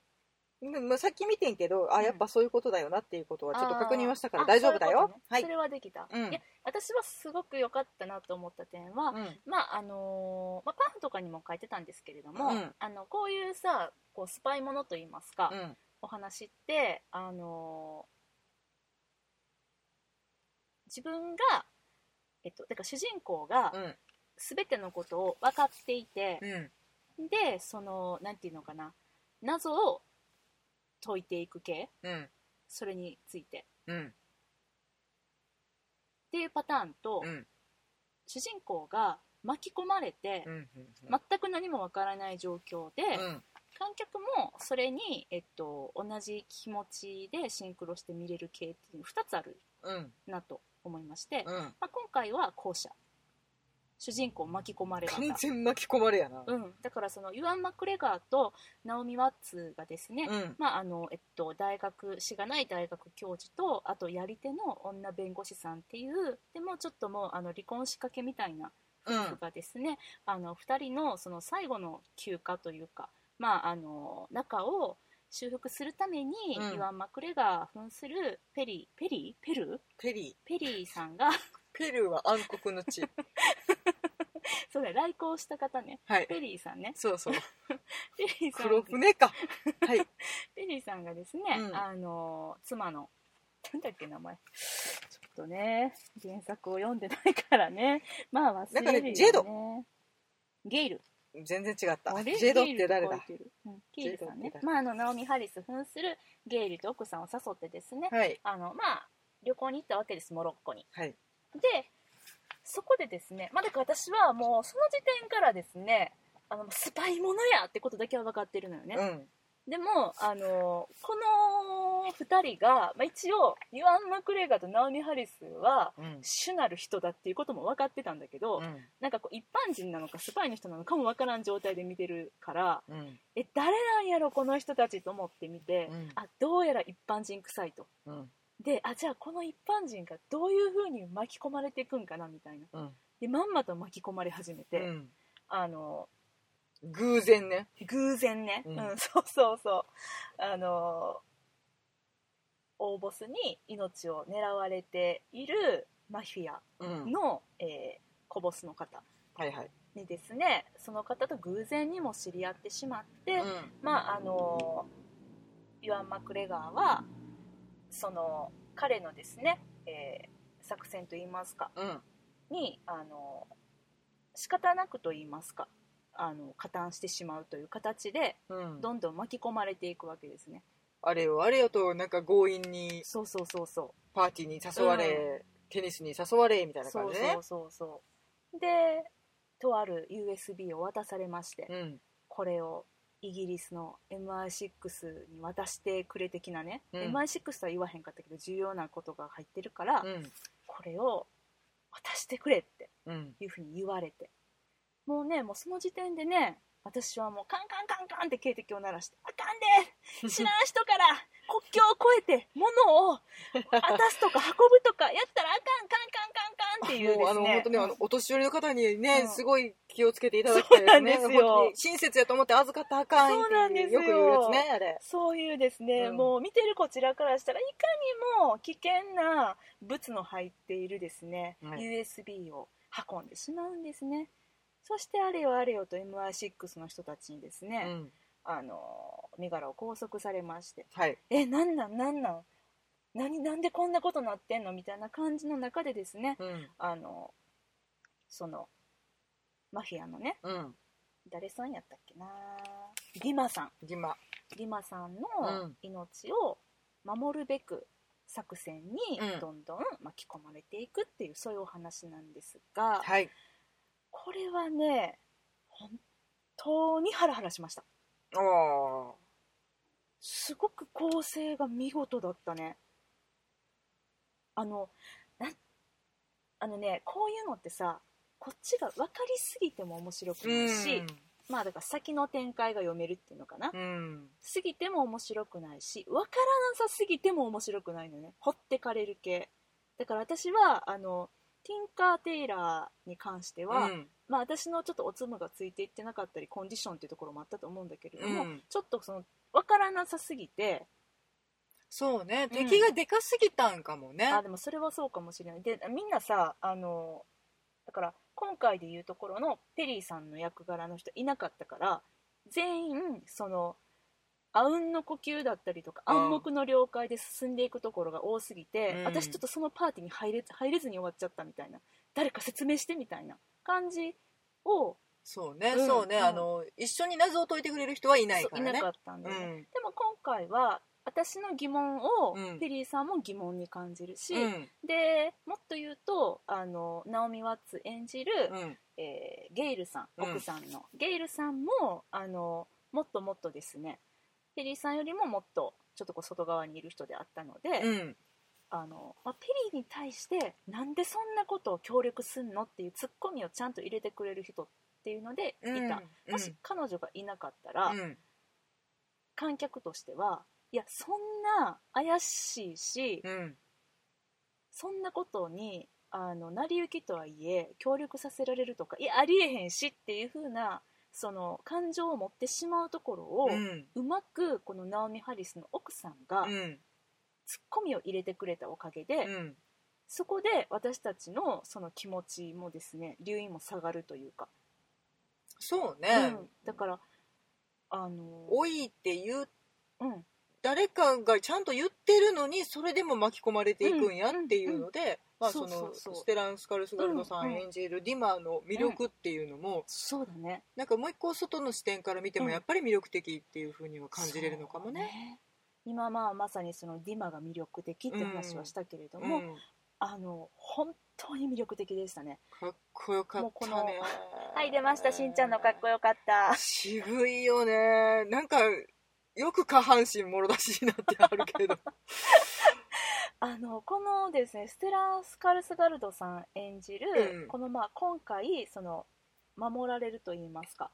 Speaker 2: もさっき見てんけどあ
Speaker 1: うん
Speaker 2: やっぱそういうことだよなっていうことはちょっと確認はしたから
Speaker 1: あー
Speaker 2: 大丈夫だ
Speaker 1: あそういう
Speaker 2: よ
Speaker 1: ことね
Speaker 2: はい
Speaker 1: それはできた、
Speaker 2: うん
Speaker 1: いや私はすごく良かったなと思った点は、
Speaker 2: うん
Speaker 1: まああのーまあ、パンフとかにも書いてたんですけれども、
Speaker 2: うん
Speaker 1: あのこういうさこうスパイものといいますか、
Speaker 2: うん
Speaker 1: お話って、あのー自分が、えっと、だから主人公が
Speaker 2: うん
Speaker 1: 全てのことを分かっていて、
Speaker 2: うん
Speaker 1: でそのなんていうのかな謎を解いていく系
Speaker 2: うん
Speaker 1: それについて
Speaker 2: うん
Speaker 1: っていうパターンと、
Speaker 2: うん
Speaker 1: 主人公が巻き込まれて、
Speaker 2: うん
Speaker 1: 全く何もわからない状況で、
Speaker 2: うん
Speaker 1: 観客もそれに、えっと、同じ気持ちでシンクロして見れる系っていう2つある
Speaker 2: うん
Speaker 1: なと思いまして、ま
Speaker 2: うん
Speaker 1: あ、今回は後者主人公巻き込まれ
Speaker 2: 完
Speaker 1: 方
Speaker 2: 全巻き込まれやな
Speaker 1: うん、だからそのユアン・マクレガーとナオミ・ワッツがですね、
Speaker 2: うん
Speaker 1: まああのえっと、大学しがない大学教授とあとやり手の女弁護士さんっていうでもちょっともうあの離婚仕掛けみたいな
Speaker 2: うん
Speaker 1: 夫婦がですね、あの2人のその最後の休暇というか、まあ、あの仲を修復するために、
Speaker 2: うん
Speaker 1: イワン・マクレガー扮するペリーペリーペルー
Speaker 2: ペリー
Speaker 1: ペリーさんが
Speaker 2: ペルーは暗黒の地
Speaker 1: そうだよ来航した方ね
Speaker 2: はい
Speaker 1: ペリーさんね
Speaker 2: そうそう
Speaker 1: ペリーさん
Speaker 2: 黒船かはい
Speaker 1: ペリーさんがですね、
Speaker 2: うん
Speaker 1: あの妻のなんだっけ名前ちょっとね原作を読んでないからねまあ忘れるよ、ね、
Speaker 2: なんかねジェド
Speaker 1: ゲイル
Speaker 2: 全然違った
Speaker 1: あれ
Speaker 2: ジェドって誰だ
Speaker 1: ゲイルって書いてるうんゲイルさん
Speaker 2: ジェドって
Speaker 1: ね
Speaker 2: 誰
Speaker 1: まああのナオミ・ハリス扮するゲイルと奥さんを誘ってですね、
Speaker 2: はい
Speaker 1: あのまあ旅行に行ったわけですモロッコに
Speaker 2: はい
Speaker 1: でそこでですねまあだから私はもうその時点からですねあのスパイものやってことだけは分かってるのよね、
Speaker 2: うん
Speaker 1: でも、あのこの2人が、まあ、一応ユアン・マクレガーとナオミ・ハリスは
Speaker 2: うん
Speaker 1: 主なる人だっていうことも分かってたんだけど、
Speaker 2: うん
Speaker 1: なんかこう一般人なのかスパイの人なのかも分からん状態で見てるから
Speaker 2: うん
Speaker 1: え誰なんやろこの人たちと思って見て、
Speaker 2: うん
Speaker 1: あどうやら一般人臭いと
Speaker 2: うん
Speaker 1: であじゃあこの一般人がどういう風に巻き込まれていくんかなみたいな
Speaker 2: うん
Speaker 1: でまんまと巻き込まれ始めて、
Speaker 2: うん
Speaker 1: あの
Speaker 2: 偶然ね
Speaker 1: 偶然ね、
Speaker 2: う
Speaker 1: うんん そうそうそうあの大ボスに命を狙われているマフィア
Speaker 2: うん
Speaker 1: の、えー小ボスの方
Speaker 2: はいはい
Speaker 1: にですねその方と偶然にも知り合ってしまって、
Speaker 2: うん
Speaker 1: まああのイワン・マクレガーはその彼のですね、えー作戦といいますか
Speaker 2: うん
Speaker 1: にあの仕方なくといいますかあの加担してしまうという形で
Speaker 2: うん
Speaker 1: どんどん巻き込まれていくわけですね
Speaker 2: あれよあれよとなんか強引に
Speaker 1: そうそうそうそ
Speaker 2: パーティーに誘われ、テニスに誘われみたいうな
Speaker 1: そ
Speaker 2: 感
Speaker 1: う
Speaker 2: じね
Speaker 1: そうそうそうでとある USB を渡されまして、
Speaker 2: うん
Speaker 1: これをイギリスの MI6 に渡してくれ的なね、
Speaker 2: うん
Speaker 1: MI6 とは言わへんかったけど重要なことが入ってるから、
Speaker 2: うん
Speaker 1: これを渡してくれって
Speaker 2: うん
Speaker 1: いうふうに言われてもうねもうその時点でね私はもうカンカンカンカンって警笛を鳴らして「あかんで 知らん人から国境を越えて物を渡すとか運ぶとかやったらあかんカンカンカンカン」っていうですね
Speaker 2: もうあの本当にあのお年寄りの方にね、
Speaker 1: うん
Speaker 2: すごい気をつけていただきたいで
Speaker 1: そ
Speaker 2: すね
Speaker 1: うなんですよ
Speaker 2: 本当に親切やと思って預かったらあかんってい
Speaker 1: そうなんですよ
Speaker 2: よく言うやつねあれ
Speaker 1: そういうですね、
Speaker 2: うん
Speaker 1: もう見てるこちらからしたらいかにも危険な物の入っているですね、
Speaker 2: はい
Speaker 1: USB を運んでしまうんですねそしてあれよあれよと MI6 の人たちにです
Speaker 2: う
Speaker 1: ね、
Speaker 2: ん
Speaker 1: あの身柄を拘束されまして
Speaker 2: はい
Speaker 1: えなんなんなんなん何なんでこんなことなってんのみたいな感じの中でですね
Speaker 2: うん
Speaker 1: あのそのマフィアのね
Speaker 2: うん
Speaker 1: 誰さんやったっけなリマさん
Speaker 2: 今
Speaker 1: リマさんの
Speaker 2: うん
Speaker 1: 命を守るべく作戦に
Speaker 2: うん
Speaker 1: どんどん巻き込まれていくっていうそういうお話なんですが、
Speaker 2: はい
Speaker 1: これはね本当にハラハラしました
Speaker 2: おお
Speaker 1: すごく構成が見事だったねあのなんあのねこういうのってさこっちが分かりすぎても面白くないし、まあだから先の展開が読めるっていうのかな、
Speaker 2: うん
Speaker 1: すぎても面白くないしわからなさすぎても面白くないのねほってかれる系だから私はあのティンカー・テイラーに関しては、
Speaker 2: うん
Speaker 1: まあ、私のちょっとおつむがついていってなかったりコンディションっていうところもあったと思うんだけれども、
Speaker 2: うん
Speaker 1: ちょっとそのわからなさすぎて
Speaker 2: そうね
Speaker 1: うん
Speaker 2: 敵がでかすぎたんかもね
Speaker 1: あでもそれはそうかもしれないでみんなさあのだから今回でいうところのペリーさんの役柄の人いなかったから全員そのあうんの呼吸だったりとか
Speaker 2: うん
Speaker 1: 暗黙の了解で進んでいくところが多すぎて、
Speaker 2: うん
Speaker 1: 私ちょっとそのパーティーに入れ入れずに終わっちゃったみたいな誰か説明してみたいな感じを
Speaker 2: そうね
Speaker 1: うん
Speaker 2: そうね
Speaker 1: うん
Speaker 2: あの一緒に謎を解いてくれる人はいないか
Speaker 1: そう
Speaker 2: ら
Speaker 1: いな
Speaker 2: ね
Speaker 1: かったんだ
Speaker 2: う
Speaker 1: よね、
Speaker 2: ん
Speaker 1: でも今回は私の疑問を、
Speaker 2: うん
Speaker 1: ペリーさんも疑問に感じるし、
Speaker 2: うん
Speaker 1: でもっと言うとあのナオミ・ワッツ演じる、
Speaker 2: うん
Speaker 1: えーゲイルさん
Speaker 2: うん
Speaker 1: 奥さんの、ゲイルさんもあのもっともっとですねペリーさんよりももっとちょっとこう外側にいる人であったので、
Speaker 2: うん
Speaker 1: あのまあ、ペリーに対してなんでそんなことを協力すんのっていうツッコミをちゃんと入れてくれる人っていうのでいた、
Speaker 2: うん
Speaker 1: もし彼女がいなかったら、
Speaker 2: うん
Speaker 1: 観客としてはいやそんな怪しいし、
Speaker 2: うん
Speaker 1: そんなことにあの成り行きとはいえ協力させられるとかいやありえへんしっていう風なその感情を持ってしまうところを、
Speaker 2: う
Speaker 1: うんまくこのナオミ・ハリスの奥さんが
Speaker 2: うん
Speaker 1: ツッコミを入れてくれたおかげで、
Speaker 2: うん
Speaker 1: そこで私たちのその気持ちもですね留飲も下がるというか、
Speaker 2: そうね
Speaker 1: うんだからあの
Speaker 2: 老いって言う
Speaker 1: うん
Speaker 2: 誰かがちゃんと言ってるのにそれでも巻き込まれていくんやっていうのでまあ
Speaker 1: そ
Speaker 2: そう
Speaker 1: そう
Speaker 2: の
Speaker 1: そう
Speaker 2: ステラン・スカルスガルドさ
Speaker 1: うん
Speaker 2: ん
Speaker 1: うん
Speaker 2: 演じるディマーの魅力っていうのも
Speaker 1: そうだね
Speaker 2: なんかもう一個外の視点から見て
Speaker 1: う
Speaker 2: も
Speaker 1: ん
Speaker 2: やっぱり魅力的っていうふうには感じれるのかも
Speaker 1: そう
Speaker 2: ね。
Speaker 1: 今まあまさにそのディマが魅力的って話はしたけれども、
Speaker 2: うん
Speaker 1: あの本当に魅力的でしたね
Speaker 2: かっこよかっ
Speaker 1: もうこ
Speaker 2: た
Speaker 1: の
Speaker 2: ね。
Speaker 1: はい出ましたしんちゃんのかっこよかった
Speaker 2: 渋いよねなんかよく下半身もろ出しになってあるけど
Speaker 1: あのこのですねステラン・スカルスガルドさん演じる、
Speaker 2: うん
Speaker 1: このまあ今回その守られると言いますか、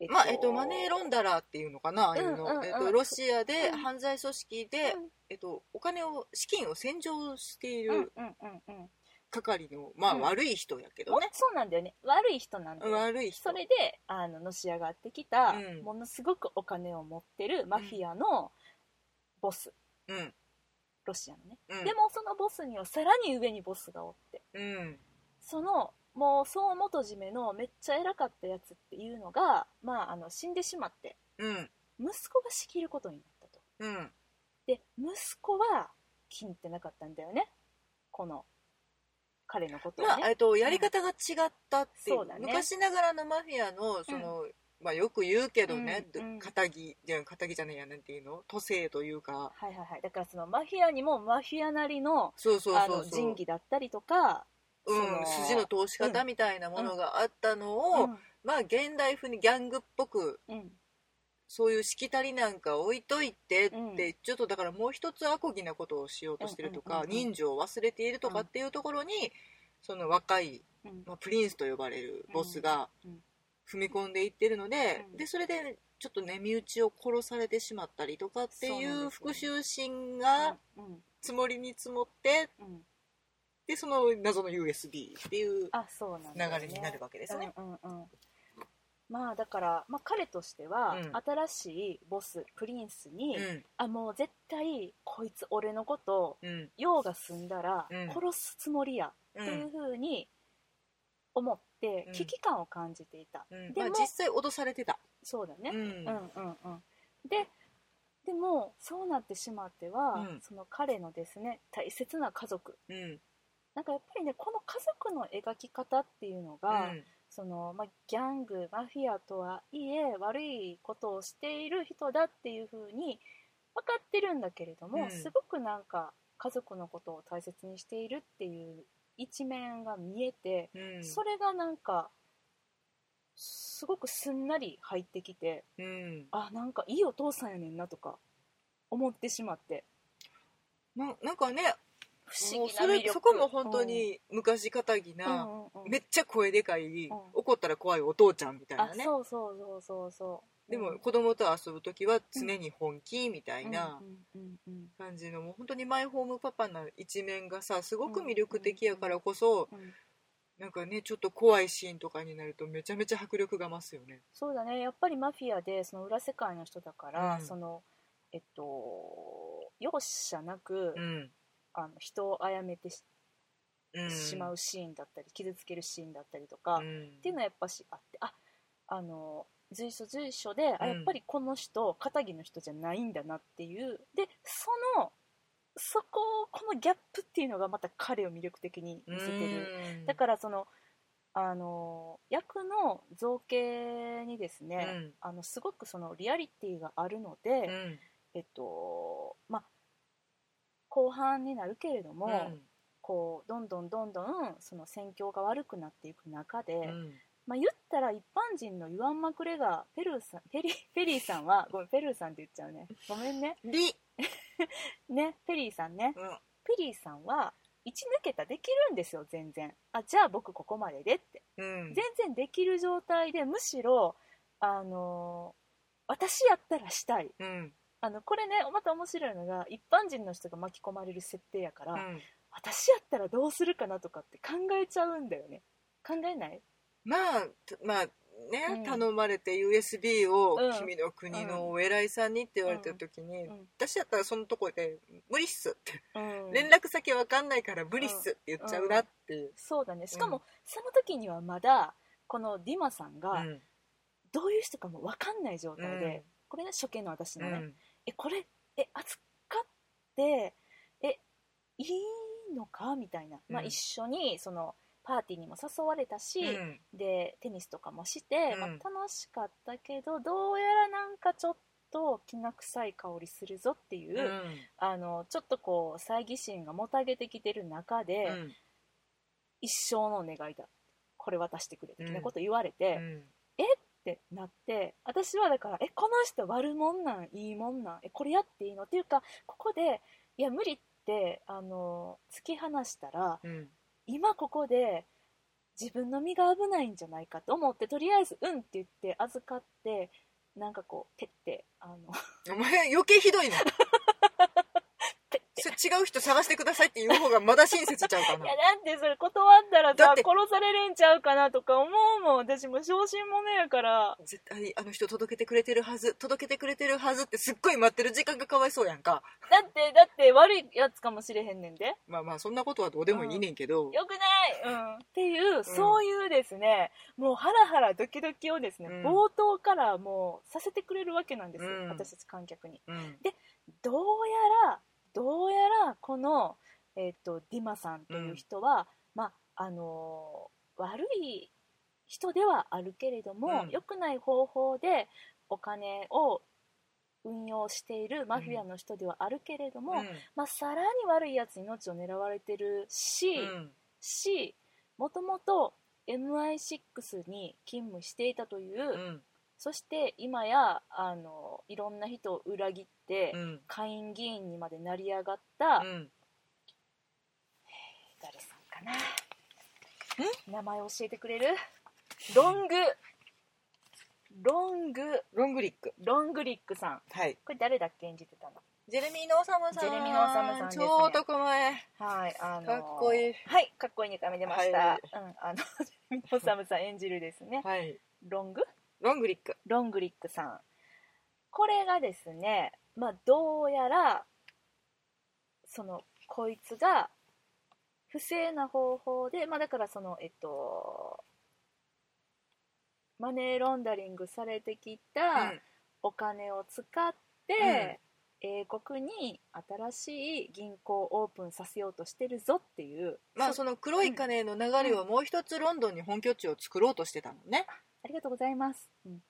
Speaker 1: え
Speaker 2: まあえっとマネーロンダラーっていうのかなああいうの、
Speaker 1: うんうんうん
Speaker 2: えっと、ロシアで
Speaker 1: うん
Speaker 2: 犯罪組織で、
Speaker 1: うん
Speaker 2: えっと、お金を資金を洗浄してい
Speaker 1: うんうん
Speaker 2: る
Speaker 1: うんうん、
Speaker 2: 係の、まあ
Speaker 1: うん
Speaker 2: 悪い人やけど
Speaker 1: ほん
Speaker 2: ね、
Speaker 1: そうなんだよね悪い人なんだよ、
Speaker 2: 悪い人
Speaker 1: それであののし上がってきた、
Speaker 2: うん
Speaker 1: ものすごくお金を持ってるマフィアのボス、
Speaker 2: うん
Speaker 1: ロシアのね、
Speaker 2: うん
Speaker 1: でもそのボスにはさらに上にボスがおって
Speaker 2: うん
Speaker 1: そのもう総元締めのめっちゃ偉かったやつっていうのが、まあ、あの死んでしまって
Speaker 2: うん
Speaker 1: 息子が仕切ることになったと
Speaker 2: うん
Speaker 1: で息子は気に入ってなかったんだよねこの彼のことを
Speaker 2: ま
Speaker 1: ね、
Speaker 2: あえっとやり方が違ったっていう,、
Speaker 1: そうだね
Speaker 2: 昔ながらのマフィアのその、まあ、よく言うけどね、
Speaker 1: うんうん
Speaker 2: 肩着じゃ肩着じゃないやなんていうの都政というか
Speaker 1: はいはいはいだからそのマフィアにもマフィアなりの
Speaker 2: そうそうそう
Speaker 1: あ
Speaker 2: そう
Speaker 1: の仁義だったりとか
Speaker 2: う
Speaker 1: その
Speaker 2: ん、筋の通し方みたいなものがあったのを、
Speaker 1: うん
Speaker 2: まあ現代風にギャングっぽく
Speaker 1: うん
Speaker 2: そういうしきたりなんか置いといてって、
Speaker 1: うん
Speaker 2: ちょっとだからもう一つアコギなことをしようとしてるとか、
Speaker 1: うんうんうんうん
Speaker 2: 人情を忘れているとかっていうところに、その若い、
Speaker 1: うん
Speaker 2: まあ、プリンスと呼ばれるボスが
Speaker 1: うんうん
Speaker 2: 踏み込んでいってるので、
Speaker 1: うん
Speaker 2: でそれでちょっとね身内を殺されてしまったりとかって
Speaker 1: そ
Speaker 2: い
Speaker 1: うなんです
Speaker 2: う
Speaker 1: ね
Speaker 2: 復讐心が
Speaker 1: うん
Speaker 2: 積もりに積もって
Speaker 1: うんうん
Speaker 2: でその謎の USB っていう
Speaker 1: あそうなんですね
Speaker 2: 流れになるわけですね。
Speaker 1: うんうんうんまあだから、まあ、彼としては、
Speaker 2: うん
Speaker 1: 新しいボスプリンスに、
Speaker 2: うん
Speaker 1: あもう絶対こいつ俺のこと
Speaker 2: うん
Speaker 1: 用が済んだら
Speaker 2: うん
Speaker 1: 殺すつもりや、
Speaker 2: う
Speaker 1: というんふうに思って
Speaker 2: うん
Speaker 1: 危機感を感じていた、
Speaker 2: うん
Speaker 1: で
Speaker 2: まあ
Speaker 1: も、
Speaker 2: 実際脅されてた。
Speaker 1: そうだね
Speaker 2: う、ん
Speaker 1: うん、うんうんででもそうなってしまっては、
Speaker 2: うん
Speaker 1: その彼のですね大切な家族
Speaker 2: うん
Speaker 1: なんかやっぱりねこの家族の描き方っていうのが、
Speaker 2: うん
Speaker 1: そのまあ、ギャングマフィアとはいえ悪いことをしている人だっていう風に分かってるんだけれども、
Speaker 2: うん
Speaker 1: すごくなんか家族のことを大切にしているっていう一面が見えて、
Speaker 2: うん
Speaker 1: それがなんかすごくすんなり入ってきて
Speaker 2: うん
Speaker 1: あなんかいいお父さんやねんなとか思ってしまって
Speaker 2: ななんかね
Speaker 1: 不思
Speaker 2: もう
Speaker 1: 議な
Speaker 2: そ
Speaker 1: 魅
Speaker 2: れ
Speaker 1: 力
Speaker 2: そこも本当、に昔かたぎ
Speaker 1: うん
Speaker 2: な、
Speaker 1: うんうんうん
Speaker 2: めっちゃ声でかい、
Speaker 1: ん
Speaker 2: 怒ったら怖いお父ちゃんみたい
Speaker 1: あ
Speaker 2: なね
Speaker 1: そうそうそうそうそう
Speaker 2: で
Speaker 1: う
Speaker 2: も
Speaker 1: ん
Speaker 2: 子供と遊ぶ時は常に本気みたいな
Speaker 1: うんうんうんうん
Speaker 2: 感じのもう本当にマイホームパパな一面がさすごく魅力的やからこそ
Speaker 1: うん
Speaker 2: なんかねちょっと怖いシーンとかになるとめちゃめちゃ迫力が増すよね。
Speaker 1: そうだねやっぱりマフィアでその裏世界の人だから、
Speaker 2: うん
Speaker 1: そのえっと容赦なく、
Speaker 2: うん
Speaker 1: あの人を殺めてし,、
Speaker 2: うん、
Speaker 1: まうシーンだったり傷つけるシーンだったりとか、っ
Speaker 2: うん
Speaker 1: ていうのはやっぱしあってああの随所随所で、あ
Speaker 2: うん
Speaker 1: やっぱりこの人片木の人じゃないんだなっていうでそのそこをこのギャップっていうのがまた彼を魅力的に見せてる
Speaker 2: うん
Speaker 1: だからそのあの役の造形にですね、
Speaker 2: うん
Speaker 1: あのすごくそのリアリティがあるので、
Speaker 2: うん
Speaker 1: えっとまあ後半になるけれども、こうどんどんどんどんその戦況が悪くなっていく中で、
Speaker 2: うん
Speaker 1: まあ、言ったら一般人のユアン・マクレガーペルーさんペリ ペリーさんはごめんペルーさんって言っちゃうねごめんね
Speaker 2: うん、り、
Speaker 1: ねペリーさんね
Speaker 2: うん
Speaker 1: ペリーさんは1抜けたできるんですよ全然あじゃあ僕ここまででって
Speaker 2: うん、
Speaker 1: 全然できる状態でむしろあのー私やったらしたい
Speaker 2: うん
Speaker 1: あのこれねまた面白いのが一般人の人が巻き込まれる設定やから、
Speaker 2: うん
Speaker 1: 私やったらどうするかなとかって考えちゃうんだよね考えない
Speaker 2: まあたまあ
Speaker 1: うん
Speaker 2: ね、頼まれて USB を
Speaker 1: うん
Speaker 2: 君の国のお偉いさんにって言われた時に、
Speaker 1: うんうん
Speaker 2: 私だったらそのとこで「無理っす」って、
Speaker 1: うん
Speaker 2: 連絡先わかんないから無理っすって言っちゃうなっていう、
Speaker 1: そうだねしかも、
Speaker 2: う
Speaker 1: その時にはまだこのディマさん
Speaker 2: う
Speaker 1: が
Speaker 2: ん
Speaker 1: どういう人かも分かんない状態で、
Speaker 2: うん
Speaker 1: これね初見の私
Speaker 2: う
Speaker 1: のね、
Speaker 2: ん
Speaker 1: えこれえ扱ってえいいのかみたいな、まあ、
Speaker 2: うん
Speaker 1: 一緒にそのパーティーにも誘われたし、
Speaker 2: うん
Speaker 1: でテニスとかもして、
Speaker 2: うん
Speaker 1: まあ、楽しかったけどどうやらなんかちょっときな臭い香りするぞっていう、
Speaker 2: うん
Speaker 1: あのちょっとこう猜疑心がもたげてきてる中で、
Speaker 2: うん
Speaker 1: 一生のお願いだこれ渡してくれ的な
Speaker 2: うん
Speaker 1: こと言われて、
Speaker 2: う
Speaker 1: っ
Speaker 2: ん
Speaker 1: てなって私はだからえこの人悪もんなんいいもんなんえこれやっていいのっていうかここでいや無理ってあの突き放したら
Speaker 2: うん
Speaker 1: 今ここで自分の身が危ないんじゃないかと思ってとりあえず「うん」って言って預かってなんかこうペッてあの
Speaker 2: お前余計ひ どいな
Speaker 1: ペッて
Speaker 2: それ違う人探してくださいって言う方がまだ親切ちゃうか
Speaker 1: い
Speaker 2: な
Speaker 1: やなんでそれ断ったら
Speaker 2: だ
Speaker 1: さ
Speaker 2: って
Speaker 1: 殺されるんちゃうかなとか思うもん私も小心者やから
Speaker 2: 絶対あの人届けてくれてるはず届けてくれてるはずってすっごい待ってる時間がかわいそうやんか
Speaker 1: だってだって悪いやつかもしれへんねんで
Speaker 2: まあまあそんなことはどうでもいいねんけど、
Speaker 1: よくない、うん、っていう、そういうですねもうハラハラドキドキをですね、
Speaker 2: うん
Speaker 1: 冒頭からもうさせてくれるわけなんですよ、
Speaker 2: うん
Speaker 1: 私たち観客に
Speaker 2: うん
Speaker 1: どうやらどうやらこの、えっとディマさんという人は、まああのー悪い人ではあるけれども、
Speaker 2: うん
Speaker 1: 良くない方法でお金を運用しているマフィアの人ではあるけれども、まあ、さらに悪いやつに命を狙われてるし、
Speaker 2: うん
Speaker 1: しもともと MI6 に勤務していたという、
Speaker 2: うん
Speaker 1: そして今やあのいろんな人を裏切って、
Speaker 2: うん
Speaker 1: 下院議員にまで成り上がった、
Speaker 2: うん
Speaker 1: 誰さんかな名前教えてくれるロングロング
Speaker 2: ロングリック。
Speaker 1: ロングリックさん
Speaker 2: はい。
Speaker 1: これ誰だっけ演じてたの
Speaker 2: ジェレミー・ノーサムさ
Speaker 1: ジ
Speaker 2: ん。
Speaker 1: ェレミーノーサムさんですね
Speaker 2: 超男前。
Speaker 1: はいあのー
Speaker 2: かっこいい
Speaker 1: はいかっこいい2回目出ました、
Speaker 2: はい
Speaker 1: うんあの おさむさん演じるですね
Speaker 2: はい。
Speaker 1: ロング
Speaker 2: ロングリック。
Speaker 1: ロングリックさんこれがですねまあどうやらそのこいつが不正な方法でまあだからそのえっとマネーロンダリングされてきた
Speaker 2: うん
Speaker 1: お金を使って、英国に新しい銀行をオープンさせようとしてるぞっていう
Speaker 2: まあ
Speaker 1: そ
Speaker 2: その黒い金の流れをもう一つロンドンに本拠地を作ろうとしてたのね。
Speaker 1: ありがとうございます、うん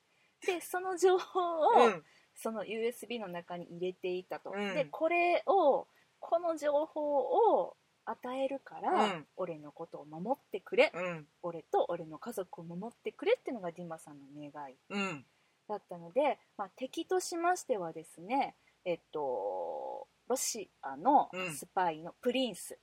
Speaker 1: でその情報を、
Speaker 2: うん。
Speaker 1: その USB の中に入れていたと、
Speaker 2: うん
Speaker 1: でこれをこの情報を与えるから、
Speaker 2: うん
Speaker 1: 俺のことを守ってくれ、
Speaker 2: うん。
Speaker 1: 俺と俺の家族を守ってくれっていうのがディマさんの願い
Speaker 2: うん。
Speaker 1: だったので、まあ、敵としましてはですねえっとロシアの
Speaker 2: うん
Speaker 1: スパイのプリンス、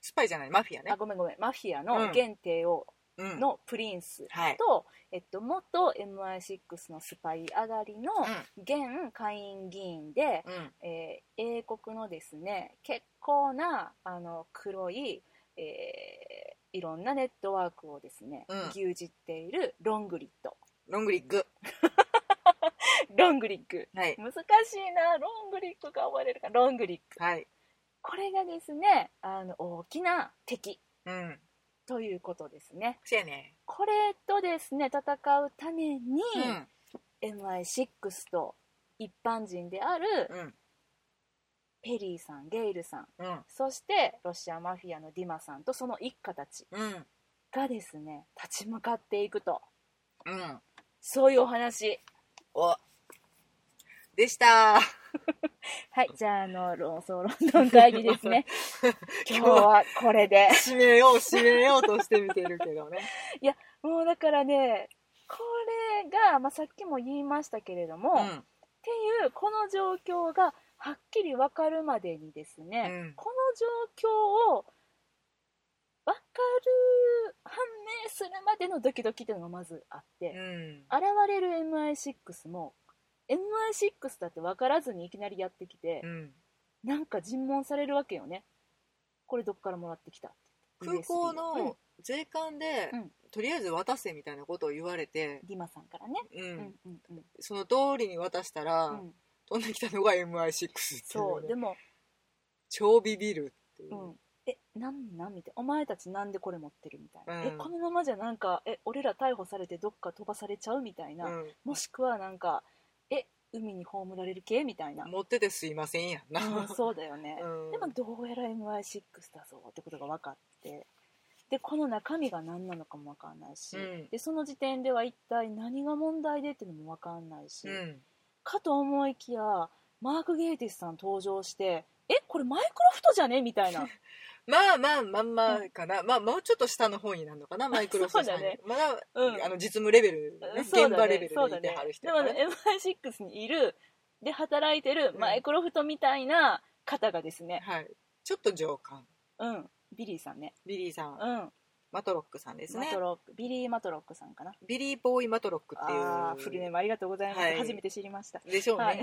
Speaker 2: スパイじゃない、マフィアね
Speaker 1: あ。ごめんごめんマフィア
Speaker 2: うん
Speaker 1: の元帝王
Speaker 2: うん。
Speaker 1: のプリンス
Speaker 2: はい。
Speaker 1: と、えっと、元 MI6 のスパイ上がりの現下院議員で、
Speaker 2: うん。うん。
Speaker 1: えー英国のですね結構なあの黒い、えーいろんなネットワークをですね、
Speaker 2: うん
Speaker 1: 牛耳っているロングリッド
Speaker 2: ロングリック。
Speaker 1: ロングリック
Speaker 2: はい。
Speaker 1: 難しいなロングリックが覚えれるかロングリック
Speaker 2: はい。
Speaker 1: これがですねあの大きな敵
Speaker 2: うん。
Speaker 1: ということですね
Speaker 2: そうやね。
Speaker 1: これとですね戦うために、
Speaker 2: うん。
Speaker 1: MI6 と一般人である
Speaker 2: うん。
Speaker 1: ペリーさんゲイルさん
Speaker 2: うん。
Speaker 1: そしてロシアマフィアのディマさんとその一家たち
Speaker 2: うん。
Speaker 1: がですね立ち向かっていくと
Speaker 2: うん。
Speaker 1: そういうお話
Speaker 2: お。でした。
Speaker 1: はいじゃああの論争論論会議です ね今日はこれで
Speaker 2: 締めよう、締めようとしてみてるけどね。
Speaker 1: もうだからねこれが、まあ、さっきも言いましたけれども、
Speaker 2: う
Speaker 1: って
Speaker 2: ん。
Speaker 1: いうこの状況がはっきり分かるまでにですね、
Speaker 2: うん
Speaker 1: この状況を分かる判明するまでのドキドキっていうのがまずあって、
Speaker 2: うん。
Speaker 1: 現れる MI6 も MI6 だって分からずにいきなりやってきて
Speaker 2: う、ん。
Speaker 1: なんか尋問されるわけよねこれどっからもらってきたって
Speaker 2: 空
Speaker 1: USB
Speaker 2: 港
Speaker 1: を
Speaker 2: の税関で、
Speaker 1: うん
Speaker 2: とりあえず渡せみたいなことを言われて
Speaker 1: う、んディマさんからね、
Speaker 2: うん
Speaker 1: うんうんうん
Speaker 2: その通りに渡したら、
Speaker 1: うん
Speaker 2: 飛んできたのが MI6 っていう
Speaker 1: そう
Speaker 2: ね
Speaker 1: でも、
Speaker 2: 超ビビるっていう、
Speaker 1: うん、えなんなんみたいなお前たちなんでこれ持ってるみたいな、
Speaker 2: うん
Speaker 1: えこのままじゃなんかえ俺ら逮捕されてどっか飛ばされちゃうみたいな、
Speaker 2: うん
Speaker 1: もしくはなんかえ海に葬られる系みたいな、
Speaker 2: 持っててすいませんやんな、
Speaker 1: うんそうだよね、
Speaker 2: うん
Speaker 1: でもどうやら MI6 だぞってことが分かってでこの中身が何なのかも分かんないし、
Speaker 2: うん
Speaker 1: でその時点では一体何が問題でっていうのも分かんないし、
Speaker 2: うん
Speaker 1: かと思いきやマーク・ゲイティスさん登場してえこれマイクロフトじゃねみたい な
Speaker 2: まあまあまんまかな、まあもうちょっと下の方になる のかなマイクロソフトさんに
Speaker 1: そうだね
Speaker 2: まだ、
Speaker 1: うん
Speaker 2: あの実務レベル、ね
Speaker 1: そうだね
Speaker 2: 現場レベルで
Speaker 1: そう
Speaker 2: 見
Speaker 1: だ
Speaker 2: て
Speaker 1: ね
Speaker 2: はる人
Speaker 1: で
Speaker 2: や
Speaker 1: も
Speaker 2: から
Speaker 1: ね MI6 にいるで働いてる
Speaker 2: うん
Speaker 1: マイクロフトみたいな方がですね、
Speaker 2: はい、ちょっと上官
Speaker 1: うん、ビリーさんね、
Speaker 2: ビリーさん、
Speaker 1: うん
Speaker 2: マトロックさんです
Speaker 1: マ
Speaker 2: ね
Speaker 1: トロックビリー・マトロックさんかな
Speaker 2: ビリー・ボーイ・マトロックって
Speaker 1: ああフル
Speaker 2: い
Speaker 1: ネー
Speaker 2: う
Speaker 1: ムありがとうございます、
Speaker 2: はい
Speaker 1: 初めて知りました
Speaker 2: でしょうね、
Speaker 1: はい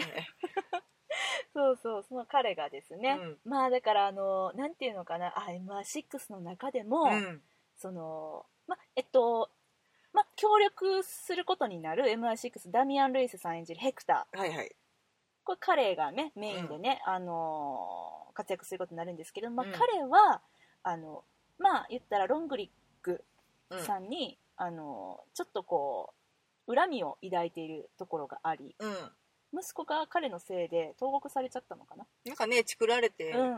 Speaker 1: そうそうその彼がですね、まあだからあのなんていうのかなあ MR6 の中でも、
Speaker 2: うん、うん
Speaker 1: そのまえっとま協力することになる MI6 ダミアン・ルイスさん演じるヘクター
Speaker 2: はいはい
Speaker 1: これ彼がねメインでね、あのー活躍することになるんですけど、ま彼はあのまあ言ったらロングリッ
Speaker 2: うん
Speaker 1: クさんに、あのちょっとこう恨みを抱いているところがあり
Speaker 2: うん
Speaker 1: 息子が彼のせいで投獄されちゃったのかな、
Speaker 2: なんかねチクられて
Speaker 1: うんうんうん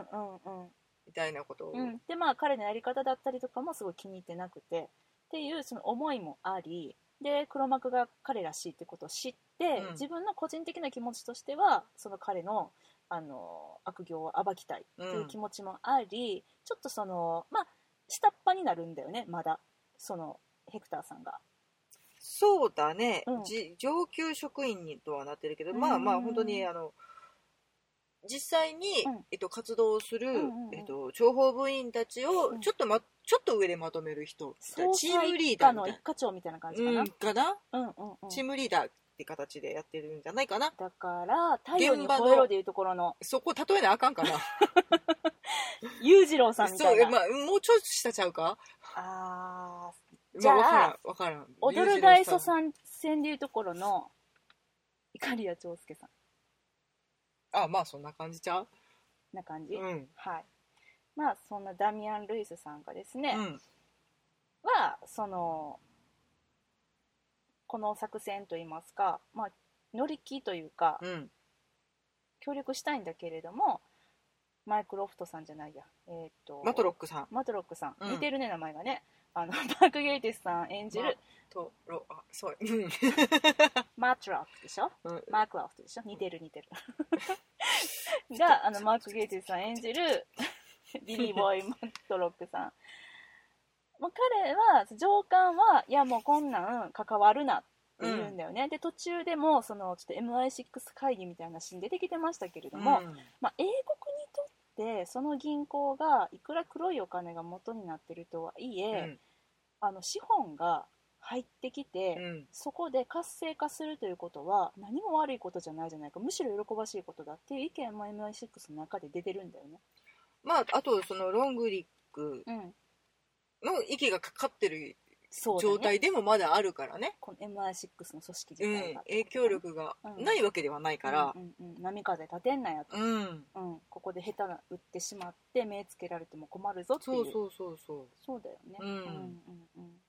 Speaker 2: みたいなことを、
Speaker 1: うん、でまあ彼のやり方だったりとかもすごい気に入ってなくてっていうその思いもありで黒幕が彼らしいってことを知って、
Speaker 2: うん
Speaker 1: 自分の個人的な気持ちとしてはその彼のあの悪行を暴きたいっていう気持ちもあり、ちょっとそのまあ下っ端になるんだよねまだそのヘクターさんが。
Speaker 2: そうだね、
Speaker 1: うん
Speaker 2: じ上級職員にとはなってるけど、
Speaker 1: うん
Speaker 2: まあまあ本当にあの実際に、
Speaker 1: うん
Speaker 2: えっと、活動する、
Speaker 1: んうんうん
Speaker 2: えっと、諜報部員たちを
Speaker 1: うん
Speaker 2: ちょっと、まちょっと上でまとめる人、チームリ
Speaker 1: 総裁一
Speaker 2: ーダ
Speaker 1: 課
Speaker 2: ーみ
Speaker 1: の
Speaker 2: たい
Speaker 1: 一課長みたいな感じか
Speaker 2: な、
Speaker 1: な、
Speaker 2: うん、かな、
Speaker 1: うんうんうん
Speaker 2: チームリーダーって形でやってるんじゃないかな
Speaker 1: だから太陽に吠えろでいうところの
Speaker 2: そこ例えなあかん かな
Speaker 1: 裕次郎さんみた
Speaker 2: そ、
Speaker 1: いうな、
Speaker 2: まあ、もうちょっと下ちゃうか、
Speaker 1: あーじ
Speaker 2: ま
Speaker 1: ゃ
Speaker 2: あ、
Speaker 1: あ
Speaker 2: わからんわからん
Speaker 1: 踊る大祖参戦でいうところの碇谷長介さ
Speaker 2: あまあそんな感じちゃうん
Speaker 1: な感じ、
Speaker 2: うん
Speaker 1: はいまあそんなダミアン・ルイスさんがですね、
Speaker 2: うん
Speaker 1: はそのこの作戦といいますか、まあ、乗り気というか、
Speaker 2: うん
Speaker 1: 協力したいんだけれどもマイク・ロフトさんじゃないや、えーっと
Speaker 2: マトロックさん
Speaker 1: マトロックさん、
Speaker 2: うん
Speaker 1: 似てるね名前がねあのパーク・ゲイテスさん演じる
Speaker 2: とろあそううん
Speaker 1: マトロックでしょ
Speaker 2: うん
Speaker 1: マーク・ロフトでしょ似てる似てる があのマーク・ゲイテスさん演じるビリー・ボーイ・マトロックさんもう彼は上官はいやもうこんなん関わるなって言うんだよね、で途中でもそのちょっと MI6 会議みたいなシーン出てきてましたけれども、
Speaker 2: うん
Speaker 1: まあ、英国にとってその銀行がいくら黒いお金が元になってるとはいえ、
Speaker 2: うん
Speaker 1: あの資本が入ってきて、
Speaker 2: うん
Speaker 1: そこで活性化するということは何も悪いことじゃないじゃないかむしろ喜ばしいことだっていう意見も MI6 の中で出てるんだよね。
Speaker 2: まああとそのロングリック
Speaker 1: うん、
Speaker 2: の息がかかってる
Speaker 1: そうだね
Speaker 2: 状態でもまだあるからね
Speaker 1: この MI6 の組織自
Speaker 2: う
Speaker 1: 体
Speaker 2: ん
Speaker 1: が、
Speaker 2: 影響力がないわけではないから
Speaker 1: うんうんうん、波風立てんなやと、
Speaker 2: うん、
Speaker 1: うん、ここで下手な打ってしまって目つけられても困るぞっていう
Speaker 2: そうそうそうそう
Speaker 1: そうだよね、
Speaker 2: うん
Speaker 1: うんうんうん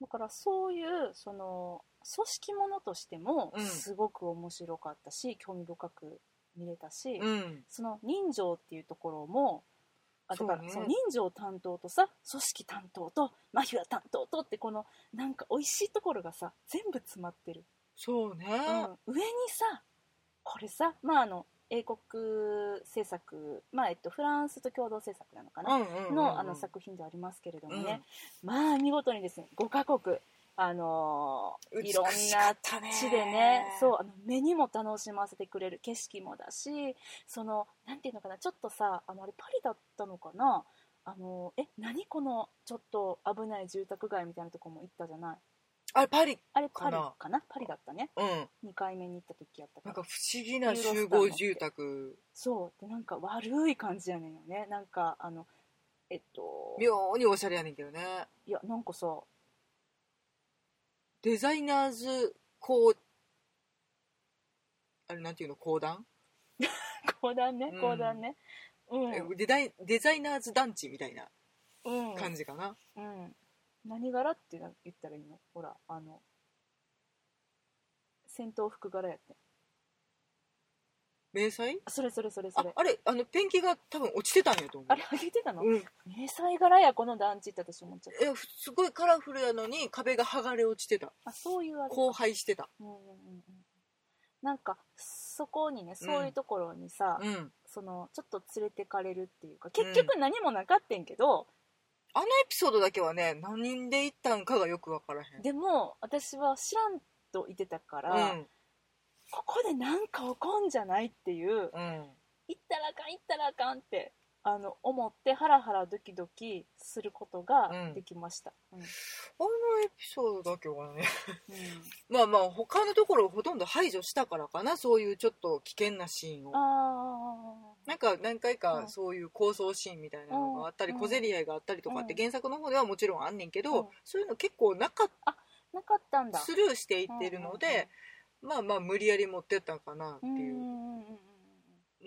Speaker 1: だからそういうその組織ものとしても
Speaker 2: うん
Speaker 1: すごく面白かったし、興味深く見れたし、
Speaker 2: うん
Speaker 1: その人情っていうところもあだから
Speaker 2: そうね
Speaker 1: その人情担当とさ組織担当とマフィア担当とってこのなんか美味しいところがさ全部詰まってる、
Speaker 2: そうね、
Speaker 1: うん上にさこれさまああの英国政策まあえっとフランスと共同政策なのかな、
Speaker 2: うんうんうんうん
Speaker 1: のあの作品ではありますけれどもね、まあ見事にですね5カ国あのーいろんな
Speaker 2: 美しかったね
Speaker 1: 地でねそうあの目にも楽しませてくれる景色もだしそのなんていうのかなちょっとさあのあれパリだったのかなあのえ何このちょっと危ない住宅街みたいなとこも行ったじゃない
Speaker 2: あれパリ
Speaker 1: あれパリ
Speaker 2: か
Speaker 1: か
Speaker 2: な
Speaker 1: なパリだったね
Speaker 2: うん
Speaker 1: 2回目に行った時やったか
Speaker 2: なん
Speaker 1: ら
Speaker 2: か不思議な集合住宅
Speaker 1: そうでなんか悪い感じやねんよねなんかあのえっと
Speaker 2: 妙におしゃれやねんけどね
Speaker 1: いやなんかさ
Speaker 2: デザイナーズこうあれなんていうの講談、
Speaker 1: 講談ね
Speaker 2: うん
Speaker 1: 講談ねうん、
Speaker 2: えデザイデザイナーズ団地みたいな
Speaker 1: うん
Speaker 2: 感じかな、
Speaker 1: うん、何柄ってな言ったらいいのほらあの戦闘服柄やって
Speaker 2: 迷彩
Speaker 1: あそれそれそれそ
Speaker 2: あ
Speaker 1: れあ
Speaker 2: あれあのペンキが多分落ちてたんやと思う
Speaker 1: れあげてたの、
Speaker 2: うん、
Speaker 1: 迷彩柄やこの団地って私思っちゃっ
Speaker 2: えふすごいカラフルやのに壁が剥がれ落ちてた
Speaker 1: たあそういうあれ
Speaker 2: 荒廃してた
Speaker 1: うんうんうんうんなんかそこにねそういうところにさ、
Speaker 2: うん
Speaker 1: そのちょっと連れてかれるっていうか結局何もなかってんけど、
Speaker 2: あのエピソードだけはね何人で行ったんかがよく分からへん
Speaker 1: でも私は知らんといてたから、ここでなんか起こんじゃないっていう
Speaker 2: うんうん
Speaker 1: 行ったらあかん行ったらあかんってあの思ってハラハラドキドキすることができました、うん
Speaker 2: あのエピソードだけはね まあまあ他のところをほとんど排除したからかなそういうちょっと危険なシーンを
Speaker 1: ああ
Speaker 2: なんか何回
Speaker 1: う
Speaker 2: か
Speaker 1: ん
Speaker 2: そういう構想シーンみたいなのがあったり
Speaker 1: うん
Speaker 2: 小競り合いがあったりとかって
Speaker 1: うん
Speaker 2: 原作の方ではもちろんあんねんけ
Speaker 1: うん
Speaker 2: どそういうの結構なかっ
Speaker 1: なかったんだ
Speaker 2: たスルーしていってるのでまあまあ無理やり持ってったんかなって
Speaker 1: うんうん
Speaker 2: いううん
Speaker 1: うんうん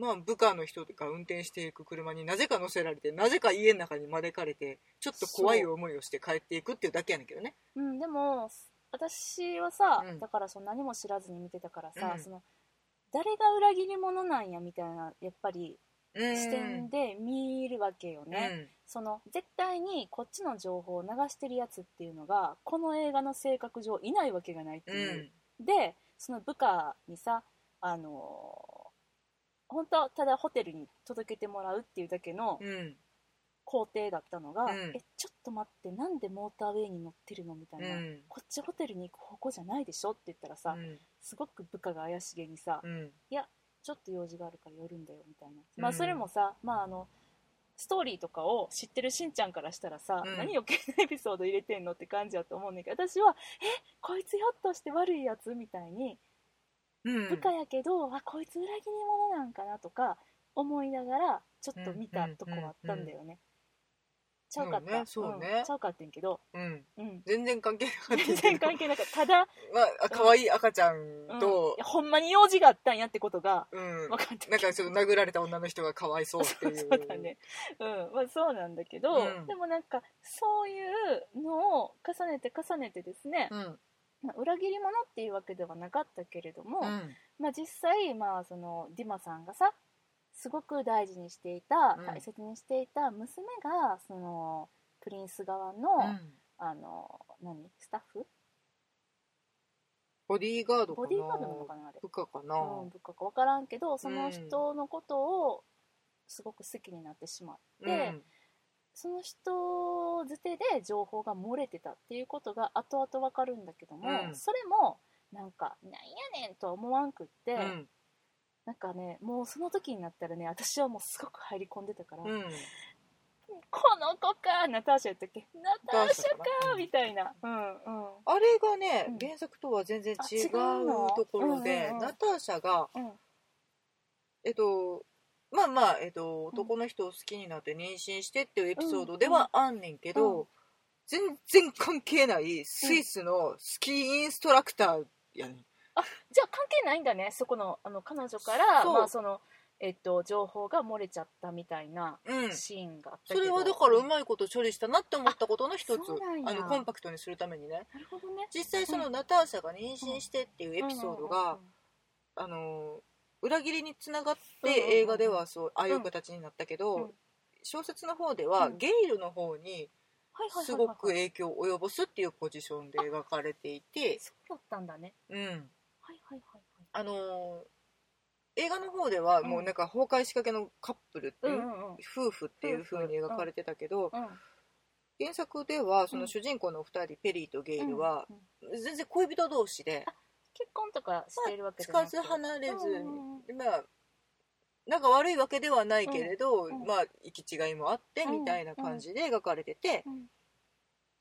Speaker 2: まあ部下の人が運転していく車になぜか乗せられてなぜか家の中に招かれてちょっと怖い思いをして帰っていくっていうだけやねんけどね
Speaker 1: うんうんでも私はさ、
Speaker 2: うん
Speaker 1: だからその何も知らずに見てたからさ、
Speaker 2: うん
Speaker 1: その誰が裏切り者なんやみたいなやっぱり
Speaker 2: うん
Speaker 1: 視点で見るわけよね、その絶対にこっちの情報を流してるやつっていうのがこの映画の性格上いないわけがないって
Speaker 2: うん
Speaker 1: いう、
Speaker 2: う
Speaker 1: でその部下にさあのー本当はただホテルに届けてもらうっていうだけの
Speaker 2: んうん
Speaker 1: 工程だったのが、
Speaker 2: うん
Speaker 1: えちょっと待ってなんでモーターウェイに乗ってるのみたいな、
Speaker 2: うん
Speaker 1: こっちホテルに行く方向じゃないでしょって言ったらさ、
Speaker 2: うん
Speaker 1: すごく部下が怪しげにさ、
Speaker 2: うん
Speaker 1: いやちょっと用事があるから寄るんだよみたいな、
Speaker 2: うん
Speaker 1: まあそれもさまああのストーリーとかを知ってるしんちゃんからしたらさ、
Speaker 2: うん
Speaker 1: 何余計なエピソード入れてんのって感じやと思うねんだけど私は「えこいつひょっとして悪いやつ?」みたいに
Speaker 2: うん
Speaker 1: 部下やけど、あこいつ裏切り者なんかなとか思いながらちょっと見たとこはあったんだよね、ちゃうかった
Speaker 2: そうねそうね
Speaker 1: んちゃうかってんけど、
Speaker 2: うん
Speaker 1: うん、
Speaker 2: 全然関係なかったけ
Speaker 1: 全
Speaker 2: ど
Speaker 1: 然関係なかったただ、
Speaker 2: まあ可愛い赤ちゃん
Speaker 1: うん
Speaker 2: と
Speaker 1: いやほんまに用事があったんやってことが
Speaker 2: うん
Speaker 1: 分かって
Speaker 2: なんかちょっと殴られた女の人がかわいそうって
Speaker 1: そう
Speaker 2: いう
Speaker 1: そうだね、うんまあ、そうなんだけど、
Speaker 2: うん
Speaker 1: でもなんかそういうのを重ねて重ねてですね、
Speaker 2: うん
Speaker 1: まあ裏切り者っていうわけではなかったけれども、
Speaker 2: うん
Speaker 1: まあ、実際、まあ、そのディマさんがさすごく大事にしていた
Speaker 2: うん
Speaker 1: 大切にしていた娘がそのプリンス側の,、
Speaker 2: うん
Speaker 1: あの何スタッフ
Speaker 2: ボディーガード
Speaker 1: ボ
Speaker 2: かな
Speaker 1: ディーガードなのかなあれ
Speaker 2: 部下か
Speaker 1: う、
Speaker 2: なん
Speaker 1: 部下か分からんけどそうの
Speaker 2: ん
Speaker 1: 人のことをすごく好きになってしまって、その人づてで情報が漏れてたっていうことが後々分かるんだけども、
Speaker 2: うん
Speaker 1: それもなんか「なんやねん」とは思わんくって、
Speaker 2: うんうん
Speaker 1: なんかねもうその時になったらね私はもうすごく入り込んでたから「
Speaker 2: うん
Speaker 1: この子か!」ナターシャやったっけ「ナターシャ
Speaker 2: ナターシャか
Speaker 1: か!」
Speaker 2: な
Speaker 1: みたいな、うんうん
Speaker 2: あれがね、
Speaker 1: うん
Speaker 2: 原作とは全然
Speaker 1: あ
Speaker 2: 違う
Speaker 1: 違うの
Speaker 2: ところ
Speaker 1: うんうん
Speaker 2: で
Speaker 1: うん
Speaker 2: ナターシャが
Speaker 1: うん
Speaker 2: えっとまあまあ、えっと、
Speaker 1: うん
Speaker 2: 男の人を好きになって妊娠してっていうエピソードではあんねんけど、
Speaker 1: うん
Speaker 2: 全然関係ないスイスのスキーインストラクターやねん、
Speaker 1: じゃあ関係ないんだねそこのあの彼女から
Speaker 2: そう
Speaker 1: まあそのえっと、情報が漏れちゃったみたいな
Speaker 2: うん、
Speaker 1: シーンがあった
Speaker 2: そ
Speaker 1: けど、
Speaker 2: れはだからうまいこと処理したなって思ったことの一
Speaker 1: あ
Speaker 2: つ
Speaker 1: そうなんや
Speaker 2: あのコンパクトにするためにね
Speaker 1: なるほどね
Speaker 2: 実際その
Speaker 1: う
Speaker 2: ナターシャが妊娠してっていうエピソードが、
Speaker 1: うんうんうんうん
Speaker 2: あの裏切りにつながっ
Speaker 1: うんうんうん
Speaker 2: て映画ではそうああいう形になったけど、
Speaker 1: うん
Speaker 2: 小説の方では、
Speaker 1: うん
Speaker 2: ゲイルの方に
Speaker 1: はいはいはいはいはい
Speaker 2: すごく影響を及ぼすっていうポジションで描かれていて、
Speaker 1: そうだったんだね
Speaker 2: うん、
Speaker 1: はいはいはいはい
Speaker 2: あのー映画の方では
Speaker 1: うん
Speaker 2: もうなんか崩壊しかけのカップルって
Speaker 1: う
Speaker 2: い
Speaker 1: んうん
Speaker 2: う、
Speaker 1: うん
Speaker 2: 夫婦っていう風に描かれてたけど、
Speaker 1: うん
Speaker 2: 原作ではそうの
Speaker 1: ん
Speaker 2: 主人公のお二人、ペリーとゲイルは
Speaker 1: うんうん
Speaker 2: 全然恋人同士で
Speaker 1: 結婚とかしているわけ
Speaker 2: つ
Speaker 1: じゃな
Speaker 2: か
Speaker 1: く
Speaker 2: ず離れず
Speaker 1: うんうんうん
Speaker 2: でまあなんか悪いわけではないけれど、
Speaker 1: んうん
Speaker 2: まあ行き違いもあってみたいな感じで描かれてて、
Speaker 1: うん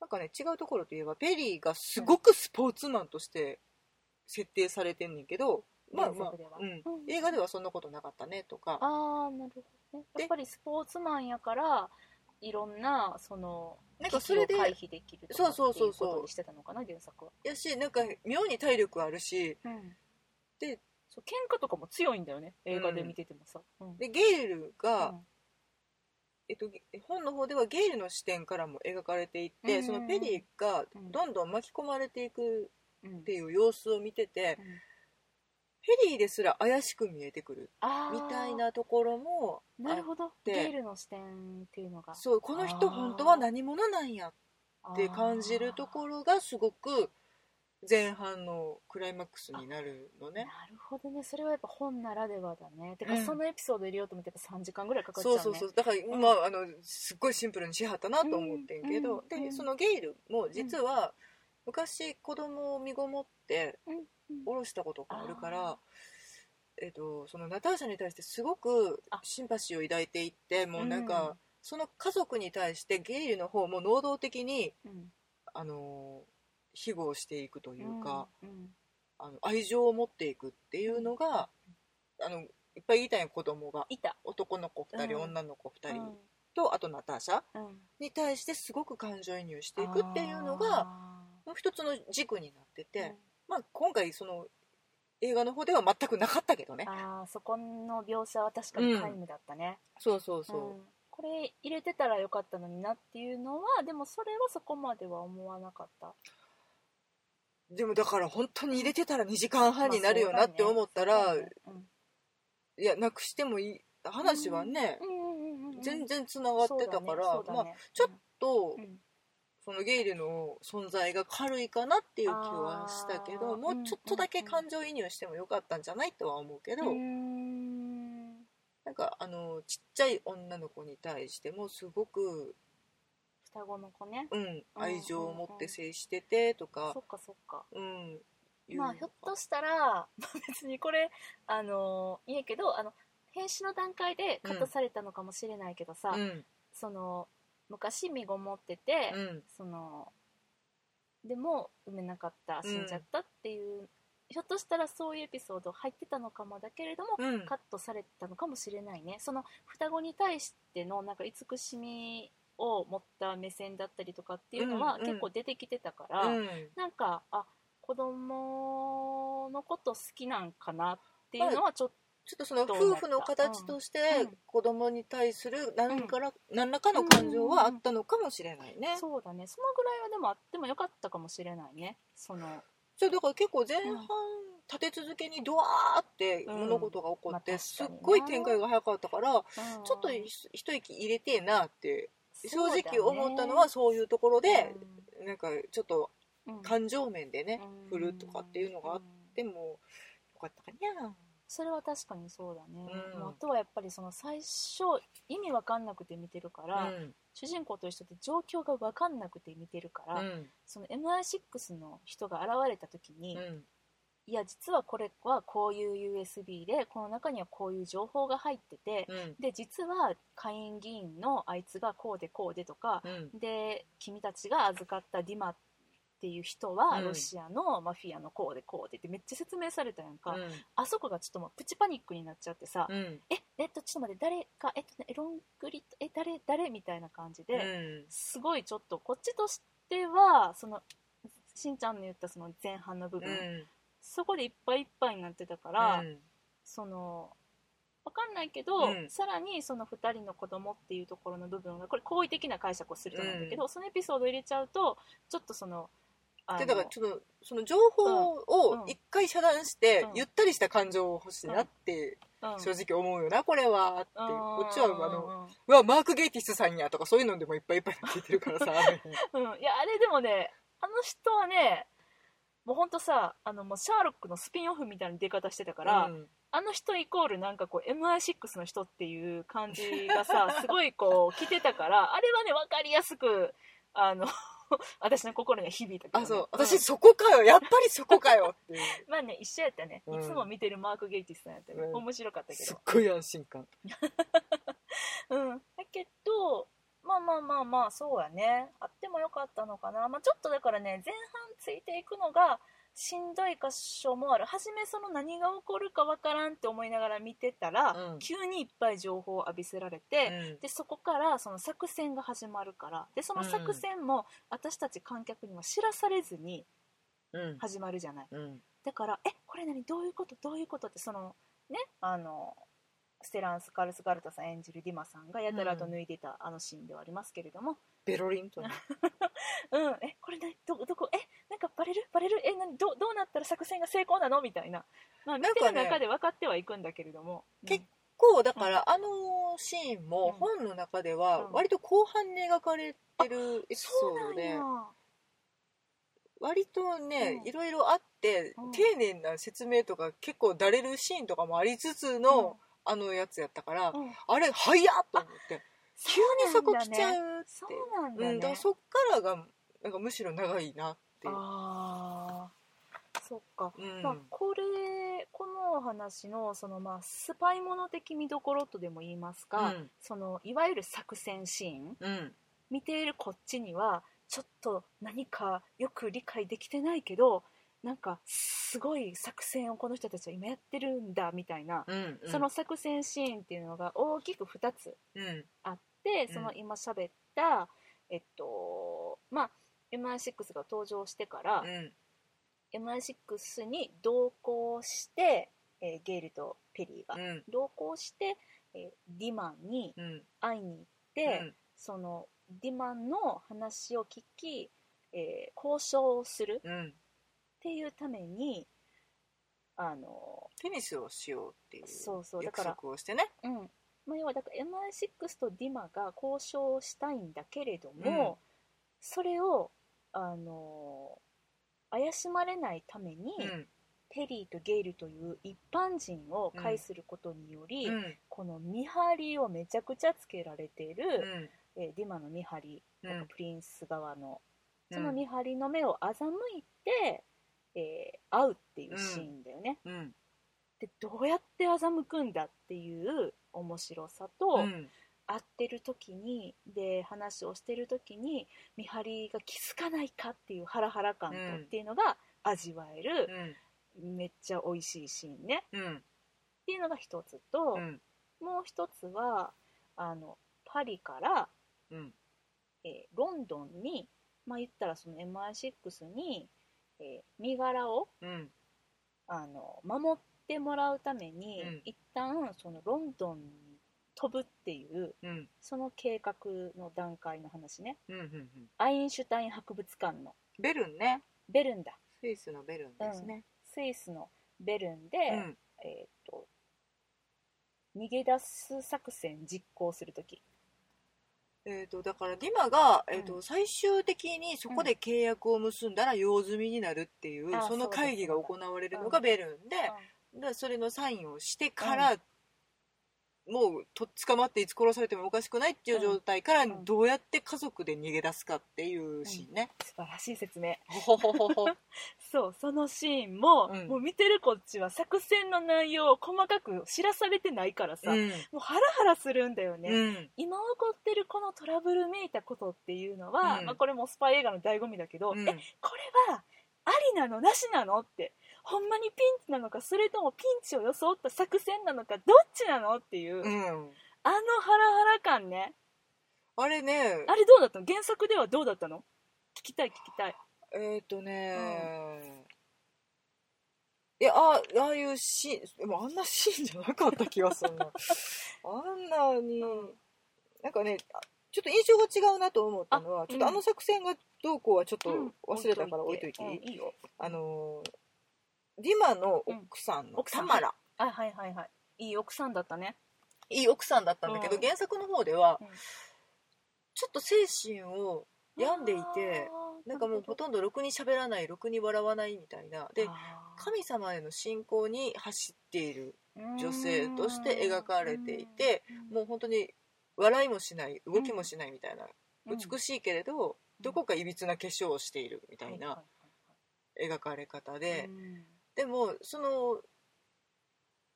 Speaker 2: なんかね違うところといえばペリーがすごくスポーツマンとして設定されてんねんけど、まあまあ
Speaker 1: 原作では、
Speaker 2: うん、
Speaker 1: うん
Speaker 2: 映画ではそんなことなかったねとか
Speaker 1: ああなるほどね
Speaker 2: で
Speaker 1: やっぱりスポーツマンやからいろんなその
Speaker 2: なんかそれ
Speaker 1: 危
Speaker 2: で
Speaker 1: 機を回避できるとか
Speaker 2: そう
Speaker 1: ってい
Speaker 2: そうそううそう
Speaker 1: ことにしてたのかな原作は、
Speaker 2: やしなんか妙に体力あるし
Speaker 1: うん、
Speaker 2: で
Speaker 1: そう喧嘩とかも強いんだよね映画で見ててもさ、うん
Speaker 2: でゲイルが、
Speaker 1: うん
Speaker 2: えっと、本の方ではゲイルの視点からも描かれていって、
Speaker 1: うん
Speaker 2: そのペリーが
Speaker 1: うん
Speaker 2: どんどん巻き込まれていく
Speaker 1: うん
Speaker 2: っていう様子を見てて、
Speaker 1: うん
Speaker 2: ペリーですら怪しく見えてくる
Speaker 1: あ
Speaker 2: み
Speaker 1: ー
Speaker 2: たいなところも
Speaker 1: なるほど
Speaker 2: て
Speaker 1: ゲールの視点っていうのが
Speaker 2: そうこの人本当は何者なんやって感じるところがすごく前半のクライマックスになるの
Speaker 1: ね
Speaker 2: ね。
Speaker 1: なるほどねそれはやっぱ本ならではだねてか、
Speaker 2: うん
Speaker 1: そのエピソード入れようと思ってやっぱ3時間ぐらいかかっちゃう
Speaker 2: そう
Speaker 1: ね
Speaker 2: そうそうだから、
Speaker 1: ん
Speaker 2: まあ、あのすっごいシンプルにしはったなと思ってんけど、
Speaker 1: うんうんう
Speaker 2: で
Speaker 1: ん
Speaker 2: そのゲイルも実は昔子供を身ごもって
Speaker 1: うんうん
Speaker 2: 降ろしたことがあるか
Speaker 1: あー
Speaker 2: ら、えっと、そのナターシャに対してすごく
Speaker 1: あ
Speaker 2: シンパシーを抱いていってもうなん
Speaker 1: うん
Speaker 2: かその家族に対してゲイルの方も能動的に、
Speaker 1: うん
Speaker 2: あの庇護をしていくというか。
Speaker 1: うんうん
Speaker 2: あの愛情を持っていくっていうのが、あのいっぱいいたんや子供が
Speaker 1: いた
Speaker 2: 男の子2人、
Speaker 1: うん
Speaker 2: 女の子2
Speaker 1: う
Speaker 2: 人、
Speaker 1: ん
Speaker 2: とあとナターシャ
Speaker 1: うん、
Speaker 2: に対してすごく感情移入していくっていうのが
Speaker 1: あ
Speaker 2: もう一つの軸になって
Speaker 1: ー
Speaker 2: て、まあ、今回その映画の方では全くなかったけどね
Speaker 1: うんあーそこの描写は確かに皆無だったね、
Speaker 2: そうそう
Speaker 1: うんこれ入れてたらよかったのになっていうのはでもそれはそこまでは思わなかった
Speaker 2: でもだから本当に入れてたら2時間半になるよなって思った
Speaker 1: まあ
Speaker 2: ら、
Speaker 1: そうだねうん
Speaker 2: いやなくしてもいい話はね、
Speaker 1: うんうんうんうん
Speaker 2: 全然つながってたから、
Speaker 1: そうだねそうだね
Speaker 2: まあちょっと、
Speaker 1: うんうん
Speaker 2: そのゲイルの存在が軽いかなっていう気はしたけ
Speaker 1: あー
Speaker 2: どもうちょっとだけ感情移入してもよかったんじゃないとは思うけど、
Speaker 1: うーん
Speaker 2: なんかあのちっちゃい女の子に対してもすごく、
Speaker 1: 双子の子ね
Speaker 2: うん、愛情を持って接しててとか
Speaker 1: そ、っかそっか
Speaker 2: うん、いう
Speaker 1: まあひょっとしたら、 まあ、別にこれあのいいけどあの編集の段階でカットされたのかもしれないけどさ、
Speaker 2: うん
Speaker 1: その昔身ごもってて、
Speaker 2: うん
Speaker 1: そのでも埋めなかった死んじゃったっていう、ひょっとしたらそういうエピソード入ってたのかもだけれども、
Speaker 2: うん
Speaker 1: カットされたのかもしれないねその双子に対してのなんか慈しみを持った目線だったりとかっていうの
Speaker 2: う
Speaker 1: は
Speaker 2: んうん
Speaker 1: 結構出てきてたから、
Speaker 2: うん
Speaker 1: なんかあ子供のこと好きなんかなっていうのはちょっと、
Speaker 2: ちょっとその夫婦の形として
Speaker 1: うん
Speaker 2: 子供に対する何から何らかの感情はあったのかもしれないね。
Speaker 1: そうだねそのぐらいはでもあってもよかったかもしれないねその
Speaker 2: じゃあだから結構前半立て続けにドワーって
Speaker 1: うん
Speaker 2: 物事が起こっ
Speaker 1: ま
Speaker 2: て
Speaker 1: あ
Speaker 2: すっごい
Speaker 1: 確かに
Speaker 2: 展
Speaker 1: な
Speaker 2: 開が早かったからち
Speaker 1: うん
Speaker 2: ょっと一息入れてえなって正
Speaker 1: そうだね
Speaker 2: 直思ったのはそういうところで
Speaker 1: うん
Speaker 2: なんかちょっと
Speaker 1: うん
Speaker 2: 感情面でね
Speaker 1: うん
Speaker 2: 振るとかっていうのがあっ
Speaker 1: うん
Speaker 2: でもよかったかにゃ
Speaker 1: それは確かにそうだね、
Speaker 2: うん
Speaker 1: もうあとはやっぱりその最初意味わかんなくて見てるから、
Speaker 2: うん
Speaker 1: 主人公と一緒で状況がわかんなくて見てるから、
Speaker 2: うん
Speaker 1: その MI6 の人が現れた時に、
Speaker 2: うん
Speaker 1: いや実はこれはこういう USB でこの中にはこういう情報が入ってて、
Speaker 2: うん
Speaker 1: で実は下院議員のあいつがこうでこうでとか、
Speaker 2: うん
Speaker 1: で君たちが預かったディマっていう人は
Speaker 2: うん
Speaker 1: ロシアのマフィアのこうでこうでってめっちゃ説明されたやんか、
Speaker 2: うん
Speaker 1: あそこがちょっともうプチパニックになっちゃってさ、
Speaker 2: うん
Speaker 1: ええっとちょっと待って誰かえっとねロングリッドえ誰誰みたいな感じで、
Speaker 2: うん
Speaker 1: すごいちょっとこっちとしてはそのしんちゃんの言ったその前半の部分、
Speaker 2: うん
Speaker 1: そこでいっぱいいっぱいになってたから、
Speaker 2: うん
Speaker 1: そのわかんないけど、
Speaker 2: うん
Speaker 1: さらにその2人の子供っていうところの部分がこれ好意的な解釈をすると思うんだけど、そのエピソードを入れちゃうとちょっとそのあ
Speaker 2: で
Speaker 1: の
Speaker 2: だからちょっとその情報を一回遮断し
Speaker 1: う
Speaker 2: て
Speaker 1: ん
Speaker 2: ゆったりした感情を欲しいなって
Speaker 1: うん
Speaker 2: 正直思うよなこれはって
Speaker 1: うん
Speaker 2: こっちはあの
Speaker 1: うん
Speaker 2: うわマーク・ゲイティスさんやとかそういうのでもいっぱいいっぱい聞いてるからさ
Speaker 1: うん、いやあれでもねあの人はねもうほんとさあのもうシャーロックのスピンオフみたいな出方してたから、
Speaker 2: うん
Speaker 1: あの人イコールなんかこう MI6 の人っていう感じが さすごいこう来てたからあれはね分かりやすくあの 私の心には響いたけどね、
Speaker 2: あそう
Speaker 1: うん
Speaker 2: 私そこかよやっぱりそこかよっていう
Speaker 1: まあね一緒やったね、
Speaker 2: うん
Speaker 1: いつも見てるマーク・ゲイティスさんやったね、
Speaker 2: うん
Speaker 1: 面白かったけ
Speaker 2: すっ
Speaker 1: ど、
Speaker 2: ごい安心感
Speaker 1: うん、だけどまあまあまあまあそうやねあってもよかったのかな、まあ、ちょっとだからね前半ついていくのがしんどい箇所もある初めその何が起こるかわからんって思いながら見てたら、
Speaker 2: うん
Speaker 1: 急にいっぱい情報を浴びせられて、でそこからその作戦が始まるからでその作戦も私たち観客には知らされずに
Speaker 2: うん
Speaker 1: 始まるじゃない
Speaker 2: うん
Speaker 1: だからえこれ何どういうことどういうことってそのねあのステランス・カルス・ガルタさん演じるディマさんがやたらと脱いでたあのシーンではありますけれども、
Speaker 2: ベロリンとね
Speaker 1: うんえこれ何どどこえなんかバレるバレるえ何どどうなったら作戦が成功なのみたいな、まあ、見
Speaker 2: なん
Speaker 1: て
Speaker 2: かね
Speaker 1: る中で分かってはいくんだけれども、
Speaker 2: 結 こうだからあのシーンも
Speaker 1: う
Speaker 2: 本の中では
Speaker 1: うん
Speaker 2: 割と後半に描かれてるエピソ
Speaker 1: そう
Speaker 2: ー
Speaker 1: な
Speaker 2: ド
Speaker 1: ん
Speaker 2: で
Speaker 1: や
Speaker 2: 割とね、
Speaker 1: うん
Speaker 2: いろいろあって、
Speaker 1: うん
Speaker 2: 丁寧な説明とか結構だれるシーンとかもありつつの、あのやつやったから、
Speaker 1: うんうん
Speaker 2: あれ早っと思って急にそこ来ちゃ
Speaker 1: う
Speaker 2: うって
Speaker 1: そうなん
Speaker 2: う
Speaker 1: だね、
Speaker 2: ん、だからそっからがなんかむしろ長いなっていう、
Speaker 1: ああそっか、
Speaker 2: うん
Speaker 1: まあ、これこのお話のその、まあ、スパイもの的見どころとでも言いますか、
Speaker 2: うん
Speaker 1: そのいわゆる作戦シーン
Speaker 2: うん
Speaker 1: 見ているこっちにはちょっと何かよく理解できてないけどなんかすごい作戦をこの人たちは今やってるんだみたいな、
Speaker 2: うんうん
Speaker 1: その作戦シーンっていうのが大きく2つ
Speaker 2: うん
Speaker 1: あって
Speaker 2: うん
Speaker 1: その今喋った、えっとまあ MI6 が登場してから、
Speaker 2: うん
Speaker 1: MI6 に同行して、えーゲイルとペリーが、
Speaker 2: うん
Speaker 1: 同行して、えーディマンに
Speaker 2: うん
Speaker 1: 会いに行って、そのディマンの話を聞き、えー交渉をするっ
Speaker 2: うんうん
Speaker 1: ていうためにあの、
Speaker 2: テニスをしようっていう
Speaker 1: そうそうだ
Speaker 2: 約
Speaker 1: から
Speaker 2: 束をしてね
Speaker 1: うんまあ、要はだから MI6 とディマが交渉をしたいんだけれども、それをあの怪しまれないために、ペリーとゲイルという一般人を介することにより、
Speaker 2: うんうん
Speaker 1: この見張りをめちゃくちゃつけられている、
Speaker 2: うん
Speaker 1: えーディマの見張り、
Speaker 2: うん
Speaker 1: プリンス側の
Speaker 2: うん
Speaker 1: その見張りの目を欺いて、えー会うっていうシーンだよね、
Speaker 2: うん
Speaker 1: でどうやって欺くんだっていう面白さと、
Speaker 2: うん
Speaker 1: 会ってる時にで話をしてる時に見張りが気づかないかっていうハラハラ感と
Speaker 2: うん
Speaker 1: っていうのが味わえる
Speaker 2: う、ん
Speaker 1: めっちゃ美味しいシーンね
Speaker 2: うん
Speaker 1: っていうのが一つと、
Speaker 2: うん
Speaker 1: もう一つはあのパリから、
Speaker 2: うん
Speaker 1: えーロンドンにまあ言ったらその MI6 に、えー身柄を
Speaker 2: うん
Speaker 1: あの守ってもらうために、
Speaker 2: うん
Speaker 1: 一旦そのロンドンに飛ぶっていう
Speaker 2: うん
Speaker 1: その計画の段階の話ね
Speaker 2: うんうん
Speaker 1: アインシュタイン博物館の
Speaker 2: ベルンね
Speaker 1: ベルンだ
Speaker 2: スイスのベルンですね
Speaker 1: スイスのベルンで、
Speaker 2: うん
Speaker 1: えーっと逃げ出す作戦実行する時
Speaker 2: えー、とだからディマが、えーと
Speaker 1: うん
Speaker 2: 最終的にそこで契約を結んだら用済みになるっていう、
Speaker 1: あー
Speaker 2: その会議が行われるのがベルンで,、でそれのサインをしてから、もうと捕まっていつ殺されてもおかしくないっていう状態から
Speaker 1: うん
Speaker 2: どうやって家族で逃げ出すかっていうシーンね。
Speaker 1: 素晴らしい説明
Speaker 2: ほほほほほ
Speaker 1: そうそのシーンも、
Speaker 2: うん
Speaker 1: もう見てるこっちは作戦の内容を細かく知らされてないからさ、
Speaker 2: う
Speaker 1: も
Speaker 2: ん
Speaker 1: うハラハラするんだよね、
Speaker 2: うん
Speaker 1: 今起こってるこのトラブルめいたことっていうのは、
Speaker 2: うん
Speaker 1: まあ、これもスパイ映画の醍醐味だけど、
Speaker 2: うん
Speaker 1: えこれはありなのなしなのってほんまにピンチなのかそれともピンチを装った作戦なのかどっちなのっていう、
Speaker 2: うん
Speaker 1: あのハラハラ感ね
Speaker 2: あれね
Speaker 1: あれどうだったの原作ではどうだったの聞きたい聞きたい
Speaker 2: えっ、とねいやあああいうシーンでもあんなシーンじゃなかった気がするなあんなに、なんかねあちょっと印象が違うなと思ったのは、ちょっとあの作戦がどうこうはちょっと忘れたから置いといていい、
Speaker 1: うんいいよ
Speaker 2: あのーディマの奥さん
Speaker 1: うん
Speaker 2: の
Speaker 1: 奥さ
Speaker 2: タ
Speaker 1: ん
Speaker 2: マラ、
Speaker 1: あはいはいはいいい奥さんだったね
Speaker 2: いい奥さんだったんだけど、
Speaker 1: うん
Speaker 2: 原作の方では、
Speaker 1: うん
Speaker 2: ちょっと精神を病んでいてなんかもうほとんどろくに喋らないろくに笑わないみたいなで神様への信仰に走っている女性として描かれていてもう本当に笑いもしない動きもしないみたいな、美
Speaker 1: し
Speaker 2: しいけれどどこかいびつな化粧をしているみたいな描かれ方で、でもその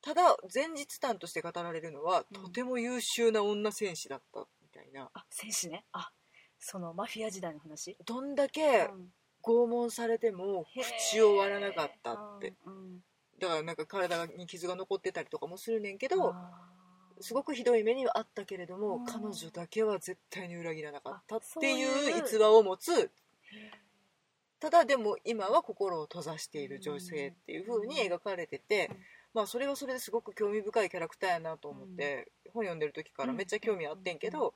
Speaker 2: ただ前日譚として語られるのは、
Speaker 1: うん
Speaker 2: とても優秀な女戦士だったみたいな
Speaker 1: あ戦士ねあそのマフィア時代の話、
Speaker 2: どんだけ
Speaker 1: うん
Speaker 2: 拷問されても口を割らなかったって、
Speaker 1: うん
Speaker 2: だからなんか体に傷が残ってたりとかもするねんけ
Speaker 1: うん
Speaker 2: ど、
Speaker 1: あー
Speaker 2: すごくひどい目にはあったけれども、
Speaker 1: うん
Speaker 2: 彼女だけは絶対に裏切らなかったっ
Speaker 1: あそう
Speaker 2: て
Speaker 1: い
Speaker 2: いうう逸話を持つただでも今は心を閉ざしている女性っていう風に描かれてて、
Speaker 1: うん
Speaker 2: まあそれはそれですごく興味深いキャラクターやなと思って、本読んでる時からめっちゃ興味あってんけど、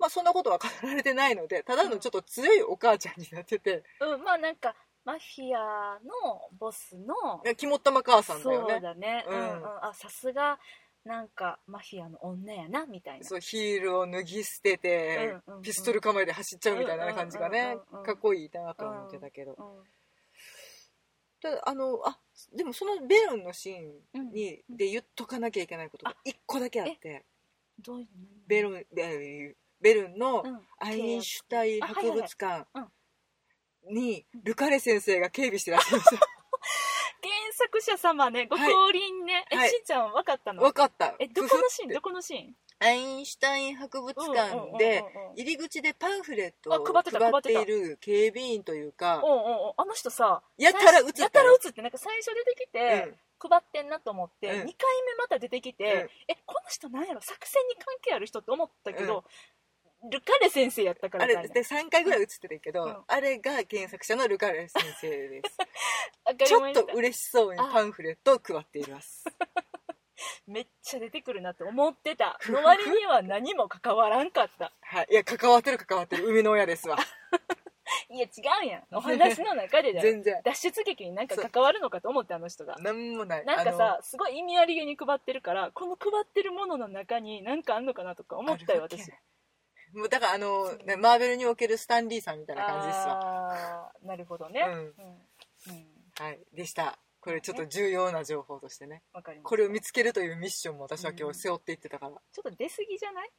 Speaker 2: まあそんなことは語られてないのでただのちょっと強いお母ちゃんになってて、
Speaker 1: うんまあなんかマフィアのボスの
Speaker 2: 肝っ玉母さんだよ
Speaker 1: そう
Speaker 2: ね
Speaker 1: だね
Speaker 2: う
Speaker 1: うんんうんあさすがなんかマフィアの女やなみたいな
Speaker 2: そうヒールを脱ぎ捨てて、
Speaker 1: うんうんうん
Speaker 2: ピストル構えて走っちゃうみたいな感じがね、
Speaker 1: うんうんうんうん
Speaker 2: かっこいいなと思ってたけど、
Speaker 1: うん
Speaker 2: ただあのあでもそのベルンのシーンに、
Speaker 1: うん
Speaker 2: で言っとかなきゃいけないことが1個だけあって
Speaker 1: どういう
Speaker 2: ベルンベベルン
Speaker 1: の
Speaker 2: の
Speaker 1: うん
Speaker 2: アインシュタイン博物館
Speaker 1: うん
Speaker 2: にルカレ先生が警備してらっしゃいました
Speaker 1: 原作者様ねご降臨ね、え
Speaker 2: はい
Speaker 1: しんちゃん分かったの、
Speaker 2: 分かった
Speaker 1: えど
Speaker 2: ふ
Speaker 1: こ
Speaker 2: ふ
Speaker 1: のシーンどこのシーン
Speaker 2: アインシュタイン博物館で
Speaker 1: うんうんうんうん
Speaker 2: 入り口でパンフレット
Speaker 1: あ
Speaker 2: を
Speaker 1: 配ってた
Speaker 2: 配って
Speaker 1: 配
Speaker 2: い
Speaker 1: って
Speaker 2: る警備員というか
Speaker 1: おうおうおうあの人さ
Speaker 2: やたら映っ
Speaker 1: 最初
Speaker 2: た
Speaker 1: やたら映ってなんか最初出てき
Speaker 2: うん
Speaker 1: て、配ってんなと思って、
Speaker 2: うん
Speaker 1: 2回目また出てきて、えこの人なんやろ作戦に関係ある人って思ったけど、ルカレ先生やったから
Speaker 2: あ
Speaker 1: みたい
Speaker 2: れ
Speaker 1: な
Speaker 2: で3回ぐらい映ってるけど、
Speaker 1: うん
Speaker 2: あれが原作者のルカレ先生 です
Speaker 1: わかり
Speaker 2: ちょ
Speaker 1: まし
Speaker 2: っ
Speaker 1: た
Speaker 2: と嬉しそうにパンフレットを配っています
Speaker 1: めっちゃ出てくるなって思ってたの割には何も関わらんかった
Speaker 2: はい、いや関わってる関わってる海の親で すわ
Speaker 1: いや違うやんお話の中でだよ
Speaker 2: 全然
Speaker 1: 脱出劇になんか関わるのかと思ってあの人が
Speaker 2: なんもない
Speaker 1: なんかさすごい意味ありげに配ってるからこの配ってるものの中に何かあんのかなとか
Speaker 2: あ
Speaker 1: 思
Speaker 2: の
Speaker 1: ったよ
Speaker 2: あるわけ
Speaker 1: 私
Speaker 2: ないもうだからあの、ねマーベルにおけるスタンリーさんみたいな感じですわ
Speaker 1: あーなるほどね
Speaker 2: う
Speaker 1: うん
Speaker 2: ん、
Speaker 1: うん
Speaker 2: はいでしたこれちょっと重要な情報としてね
Speaker 1: わかります
Speaker 2: これを見つけるというミッションも私は今
Speaker 1: うん
Speaker 2: 日背負っていってたから、
Speaker 1: ちょっと出過ぎじゃない